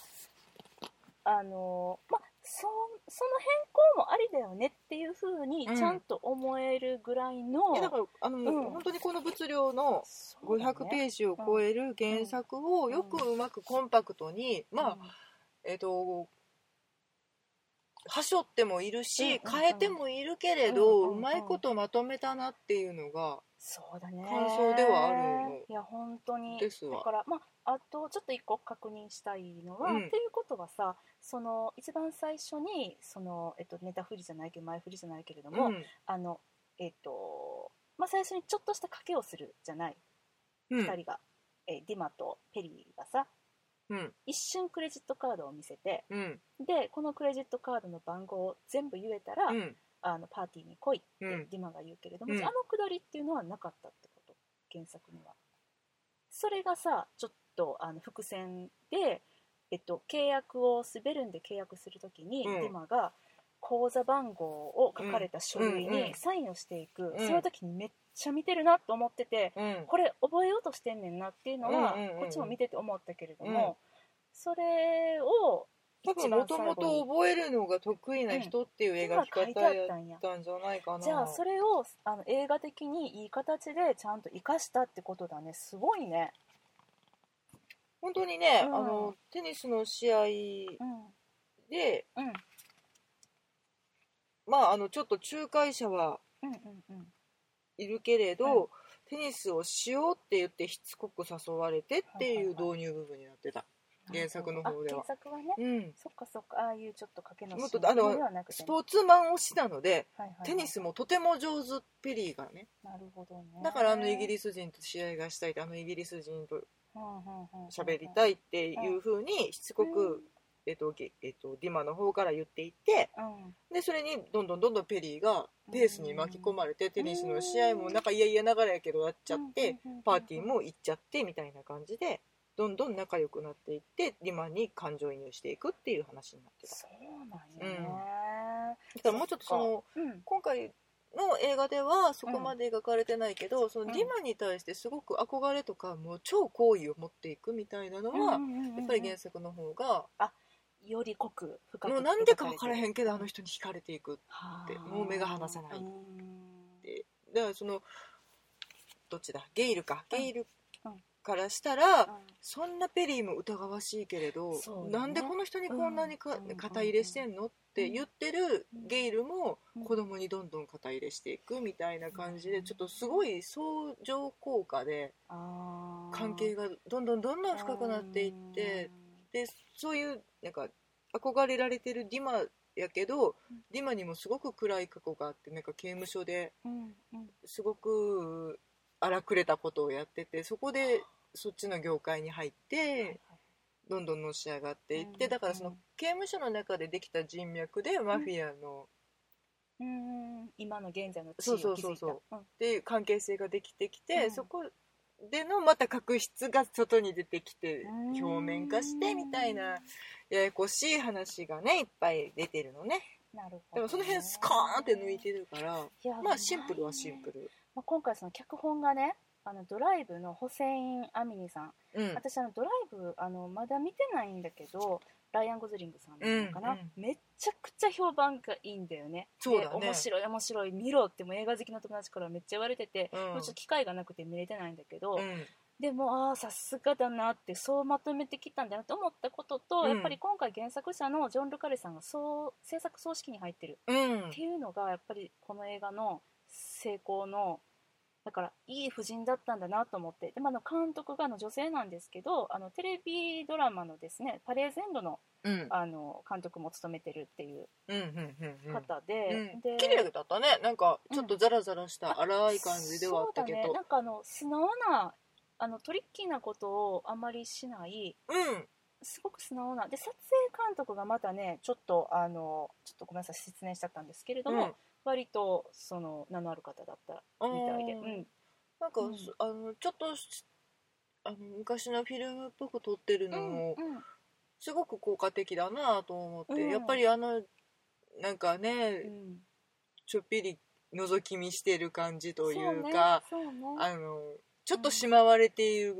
Speaker 1: あのまあそその変更もありだよねっていうふうに
Speaker 2: うん
Speaker 1: ちゃんと思えるぐらいの、
Speaker 2: いやだからあの、
Speaker 1: うん
Speaker 2: 本当にこの物量の
Speaker 1: そうだね
Speaker 2: 500ページを超える原作をよくうまくコンパクトに、まあ
Speaker 1: うん
Speaker 2: えっ、とはしょってもいる
Speaker 1: うんうんう
Speaker 2: し、
Speaker 1: ん
Speaker 2: 変えてもいるけれど、
Speaker 1: う
Speaker 2: うん
Speaker 1: うんうん
Speaker 2: まいことまとめたなっていうのが
Speaker 1: そうだね
Speaker 2: 感想ではあるの
Speaker 1: いや本当に
Speaker 2: ですわ
Speaker 1: だからまああとちょっと一個確認したいのは、
Speaker 2: うん
Speaker 1: っていうことはさその一番最初にその、えっと、ネタ振りじゃないけど前振りじゃないけれども、
Speaker 2: うん
Speaker 1: あのえっとまあ最初にちょっとした賭けをするじゃない、
Speaker 2: うん
Speaker 1: 2人が、えーディマとペリーがさ
Speaker 2: うん
Speaker 1: 一瞬クレジットカードを見せて
Speaker 2: うん
Speaker 1: でこのクレジットカードの番号を全部言えたら、
Speaker 2: うん
Speaker 1: あのパーティーに来いって
Speaker 2: うん
Speaker 1: ディマが言うけれども、
Speaker 2: うん
Speaker 1: あのくだりっていうのはなかったってこと原作にはそれがさちょっとあの伏線で、えっと、契約を滑るんで契約するときに、
Speaker 2: うん
Speaker 1: ディマが「口座番号を書かれた書類
Speaker 2: うんうんうん
Speaker 1: にサインをしていく、
Speaker 2: うん
Speaker 1: そういう時にめっちゃ見てるなと思ってて、
Speaker 2: うん
Speaker 1: これ覚えようとしてんねんなっていうのは、
Speaker 2: うんうんうんうん
Speaker 1: こっちも見てて思ったけれど
Speaker 2: うん
Speaker 1: も、それを
Speaker 2: 多分もともと覚えるのが得意な人っていう
Speaker 1: 絵
Speaker 2: 描
Speaker 1: が
Speaker 2: き
Speaker 1: 書いて
Speaker 2: 方
Speaker 1: あっ
Speaker 2: や
Speaker 1: た
Speaker 2: っ
Speaker 1: んや
Speaker 2: たんじゃないかな
Speaker 1: じゃあそれをあの映画的にいい形でちゃんと生かしたってことだねすごいね、
Speaker 2: 本当にね、
Speaker 1: うん
Speaker 2: あのテニスの試合
Speaker 1: うん
Speaker 2: で
Speaker 1: うん、
Speaker 2: まああのちょっと仲介者は
Speaker 1: うんうんうん
Speaker 2: いるけれど、テニスをしようって言ってしつこく誘われてっていう
Speaker 1: はいはい
Speaker 2: 導入部分になってた、原作の方では
Speaker 1: あ原作はね
Speaker 2: うん、
Speaker 1: そっかそっかああいうちょっと賭けの
Speaker 2: もっ
Speaker 1: シ
Speaker 2: と
Speaker 1: ーン
Speaker 2: あの
Speaker 1: ではなくて
Speaker 2: ス
Speaker 1: ね、
Speaker 2: ポーツマン推しなので、
Speaker 1: はいはいはい
Speaker 2: テニスもとても上手ペリーがね
Speaker 1: なるほどね
Speaker 2: だからあのイギリス人と試合がしたいってあのイギリス人と
Speaker 1: ス
Speaker 2: 喋り
Speaker 1: い
Speaker 2: たいっていうふうにしつこく、
Speaker 1: うん
Speaker 2: えっとげえっと、ディマの方から言っていって
Speaker 1: うん
Speaker 2: でそれにどんどんどんどんペリーがペースに巻き込まれて、テニスの試合もなんかいやいやながらやけどやっちゃって、パーティーも行っちゃってみたいな感じでどんどん仲良くなっていってディマに感情移入していくっていう話になってた
Speaker 1: そうなんやね
Speaker 2: だからもうちょっとその
Speaker 1: うん
Speaker 2: 今回の映画ではそこまで描かれてないけど、そのディマに対してすごく憧れとかもう超好意を持っていくみたいなのは、やっぱり原作の方が、
Speaker 1: より濃く深く
Speaker 2: もうなんでか分からへんけどあの人に惹かれていく
Speaker 1: は
Speaker 2: って
Speaker 1: あ
Speaker 2: もう目が離せない
Speaker 1: うん
Speaker 2: ってだからそのどっちだゲイルか
Speaker 1: うん
Speaker 2: ゲイル
Speaker 1: うん
Speaker 2: からしたら、
Speaker 1: うん
Speaker 2: そんなペリーも疑わしいけれど、
Speaker 1: そうだね
Speaker 2: なんでこの人にこんなにか、
Speaker 1: うん
Speaker 2: 肩入れしてんのって言ってるゲイルも
Speaker 1: うん
Speaker 2: 子供にどんどん肩入れしていくみたいな感じ
Speaker 1: う
Speaker 2: で
Speaker 1: ん
Speaker 2: ちょっとすごい相乗効果で
Speaker 1: あー
Speaker 2: 関係がどんどんどんどん深くなっていってでそういうなんか憧れられてるディマやけ
Speaker 1: う
Speaker 2: ど
Speaker 1: ん
Speaker 2: ディマにもすごく暗い過去があってなんか刑務所で
Speaker 1: うんうん
Speaker 2: すごく荒くれたことをやっててそこでそっちの業界に入って。どんどんのし上がっていって、
Speaker 1: うん
Speaker 2: だからそ
Speaker 1: うん
Speaker 2: の刑務所の中でできた人脈でマフィアの、
Speaker 1: うん今の現在の地位
Speaker 2: そ
Speaker 1: を
Speaker 2: うそう
Speaker 1: 築い
Speaker 2: そ
Speaker 1: うた
Speaker 2: そ
Speaker 1: う
Speaker 2: う
Speaker 1: ん
Speaker 2: で関係性ができてき
Speaker 1: う
Speaker 2: て、
Speaker 1: ん
Speaker 2: そこでのまた確執が外に出てきて
Speaker 1: うん
Speaker 2: 表面化してみたいなややこしい話がねいっぱい出てるのね
Speaker 1: なるほど
Speaker 2: で
Speaker 1: ね
Speaker 2: もその辺スコーンって抜いてるから
Speaker 1: いや
Speaker 2: まあシンプルはシンプル、
Speaker 1: まあ、今回その脚本がねあのドライブのホセイン・アミニさん、
Speaker 2: うん、
Speaker 1: 私あのドライブあのまだ見てないんだけどライアン・ゴズリングさんのかな、
Speaker 2: うんうん
Speaker 1: めっちゃくちゃ評判がいいんだよね
Speaker 2: そうだね
Speaker 1: で面白い面白い見ろってもう映画好きの友達からめっちゃ言われてて、
Speaker 2: うん
Speaker 1: もうちょっと機会がなくて見れてないんだけど、
Speaker 2: うん
Speaker 1: でもああさすがだなってそうまとめてきたんだなって思ったことと、
Speaker 2: うん
Speaker 1: やっぱり今回原作者のジョン・ルカレさんがそう制作総指揮に入ってる
Speaker 2: うん
Speaker 1: っていうのがやっぱりこの映画の成功のだからいい夫人だったんだなと思ってで、まあ、あの監督があの女性なんですけどあのテレビドラマのですね「パレーゼンドの」
Speaker 2: うん
Speaker 1: あの監督も務めてるっていう
Speaker 2: うんうんうんうん
Speaker 1: 方で,、
Speaker 2: うん
Speaker 1: で
Speaker 2: 綺麗だったねなんかちょっとザラザラした荒い感じではあったけど
Speaker 1: そうだねなんかあの素直なあのトリッキーなことをあまりしない
Speaker 2: うん
Speaker 1: すごく素直なで撮影監督がまたねちょっとあのちょっとごめんなさい失念しちゃったんですけれども、
Speaker 2: うん
Speaker 1: 割とその名のある方だったみたいで。
Speaker 2: あー
Speaker 1: うん
Speaker 2: なんか、
Speaker 1: うん
Speaker 2: そあのちょっとしあの昔のフィルムっぽく撮ってるのも
Speaker 1: うんうん
Speaker 2: すごく効果的だなと思って、
Speaker 1: うん
Speaker 2: やっぱりあのなんかね、
Speaker 1: うん
Speaker 2: ちょっぴり覗き見してる感じとい
Speaker 1: そう
Speaker 2: う
Speaker 1: ね
Speaker 2: か
Speaker 1: そうね
Speaker 2: あのちょっとしまわれている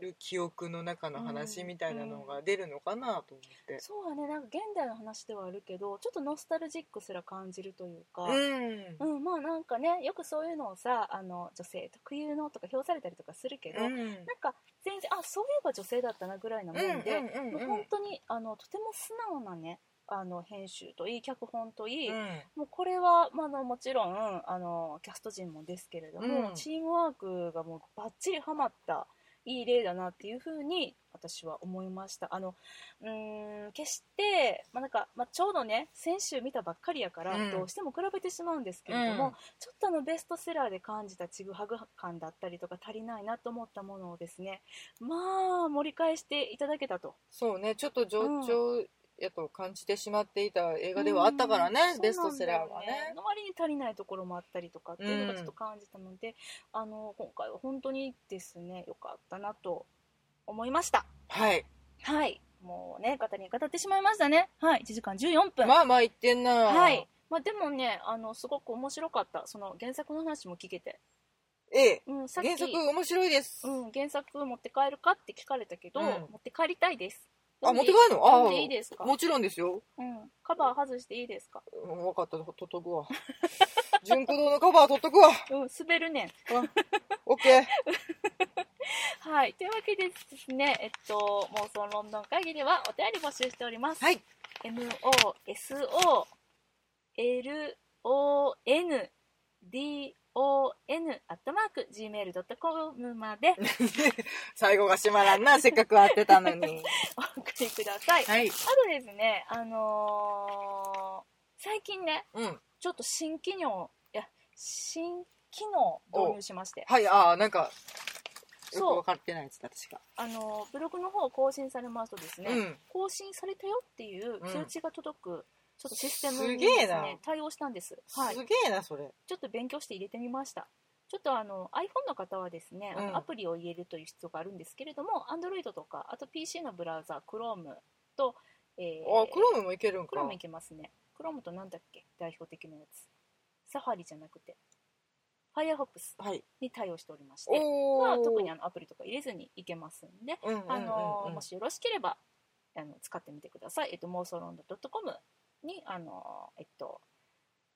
Speaker 1: うん、
Speaker 2: 記憶の中の話みたいなのが出るのかなと思って。
Speaker 1: そうはねなんか現代の話ではあるけどちょっとノスタルジックすら感じるというか、
Speaker 2: うん
Speaker 1: うんまあなんかねよくそういうのをさあの女性特有のとか評されたりとかするけど、
Speaker 2: う
Speaker 1: なん
Speaker 2: ん
Speaker 1: か全然あそういえば女性だったなぐらいなもんで、
Speaker 2: うん
Speaker 1: もう本当にあのとても素直なねあの編集といい脚本といい、
Speaker 2: うん
Speaker 1: もうこれは、まあ、あのもちろんあのキャスト陣もですけれども、
Speaker 2: うん
Speaker 1: チームワークがもうバッチリはまったいい例だなっていうふうに私は思いましたあのうーん決して、まあなんかまあ、ちょうどね先週見たばっかりやから、
Speaker 2: うん
Speaker 1: どうしても比べてしまうんですけれども、
Speaker 2: うん
Speaker 1: ちょっとあのベストセラーで感じたちぐはぐ感だったりとか足りないなと思ったものをですねまあ盛り返していただけたと
Speaker 2: そうねちょっと上調やと感じてしまっていた映画ではあったからね、
Speaker 1: うん
Speaker 2: ベストセラーが
Speaker 1: そうなんだよ
Speaker 2: ね
Speaker 1: の割に足りないところもあったりとかっていうのがちょっと感じたので、あの今回は本当にですね良かったなと思いました
Speaker 2: はい
Speaker 1: はいもうね、語りに語ってしまいましたね。はい、1時間14分。
Speaker 2: まあまあ言ってんな
Speaker 1: はい。まあでもね、あの、すごく面白かった。その原作の話も聞けて。
Speaker 2: ええ
Speaker 1: うん、さっき
Speaker 2: 原作面白いです、
Speaker 1: うん、原作持って帰るかって聞かれたけど、
Speaker 2: うん
Speaker 1: 持って帰りたいです。
Speaker 2: あ持って帰るの
Speaker 1: 読
Speaker 2: あ
Speaker 1: んでいいですか
Speaker 2: もちろんですよ
Speaker 1: うん。カバー外していいですか
Speaker 2: うん分かった取っとくわ 純駆動のカバー取っとくわ
Speaker 1: うん、滑るねん。
Speaker 2: オッケー
Speaker 1: はい。というわけでですね、えっと、妄想ロンドン会議ではお便り募集しております。
Speaker 2: はい。
Speaker 1: mosolondon アットマーク gmail.com まで
Speaker 2: 最後が閉まら んなせっかく会ってたのに
Speaker 1: お送りください。
Speaker 2: はい
Speaker 1: あとですね、あのー最近ね、
Speaker 2: うん
Speaker 1: ちょっと新機能、いや、新機能導入しまして、
Speaker 2: はいああなんかよく
Speaker 1: そう
Speaker 2: 分かってないやつだ確か
Speaker 1: あのーブログの方を更新されますとですね、
Speaker 2: うん
Speaker 1: 更新されたよっていう
Speaker 2: う
Speaker 1: 通
Speaker 2: ん
Speaker 1: 知が届く、ちょっとシステムに
Speaker 2: すげ
Speaker 1: で
Speaker 2: え
Speaker 1: す
Speaker 2: な
Speaker 1: ね、対応したんです。はい
Speaker 2: す。げえなそれ
Speaker 1: ちょっと勉強して入れてみました。ちょっとあの iPhone の方はですね、あ
Speaker 2: うん
Speaker 1: のアプリを入れるという必要があるんですけれども、Android とか、あと PC のブラウザ、Chrome と、えー
Speaker 2: あクロームもいけるん
Speaker 1: ク
Speaker 2: か
Speaker 1: ロムいけますね。クロムとなんだっけ代表的なやつ。サファリじゃなくて、Firefox
Speaker 2: はい
Speaker 1: に対応しておりまして、
Speaker 2: おお、
Speaker 1: まあ、特にあのアプリとか入れずにいけますんで、
Speaker 2: うんうんうんうん
Speaker 1: あのもしよろしければあの使ってみてください。えっと、妄想ロンドッ .com に、あのえっと、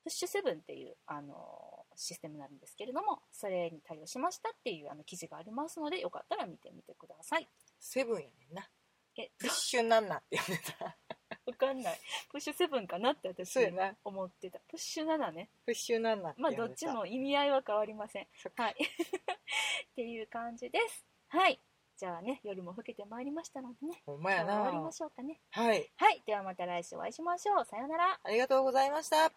Speaker 1: プッシュセブンっていう、あのシステムになるんですけれども、それに対応しましたっていうあの記事がありますので、よかったら見てみてください。
Speaker 2: セブンやねんな
Speaker 1: え、
Speaker 2: プッシュなんなって呼んで た
Speaker 1: わかんない。プッシュセブンかなって私
Speaker 2: そうやな
Speaker 1: 思ってた。プッシュ7ね。
Speaker 2: プッシュなんなって
Speaker 1: ま
Speaker 2: 呼
Speaker 1: あ
Speaker 2: んでた
Speaker 1: どっちも意味合いは変わりません。
Speaker 2: そっか
Speaker 1: はい。っていう感じです。はい。じゃあね、夜も更けてまいりましたのでね、
Speaker 2: ほんま
Speaker 1: 今
Speaker 2: や
Speaker 1: 日は終わり
Speaker 2: な
Speaker 1: ましょうかね。
Speaker 2: はい
Speaker 1: はい。ではまた来週お会いしましょう。さようなら。
Speaker 2: ありがとうございました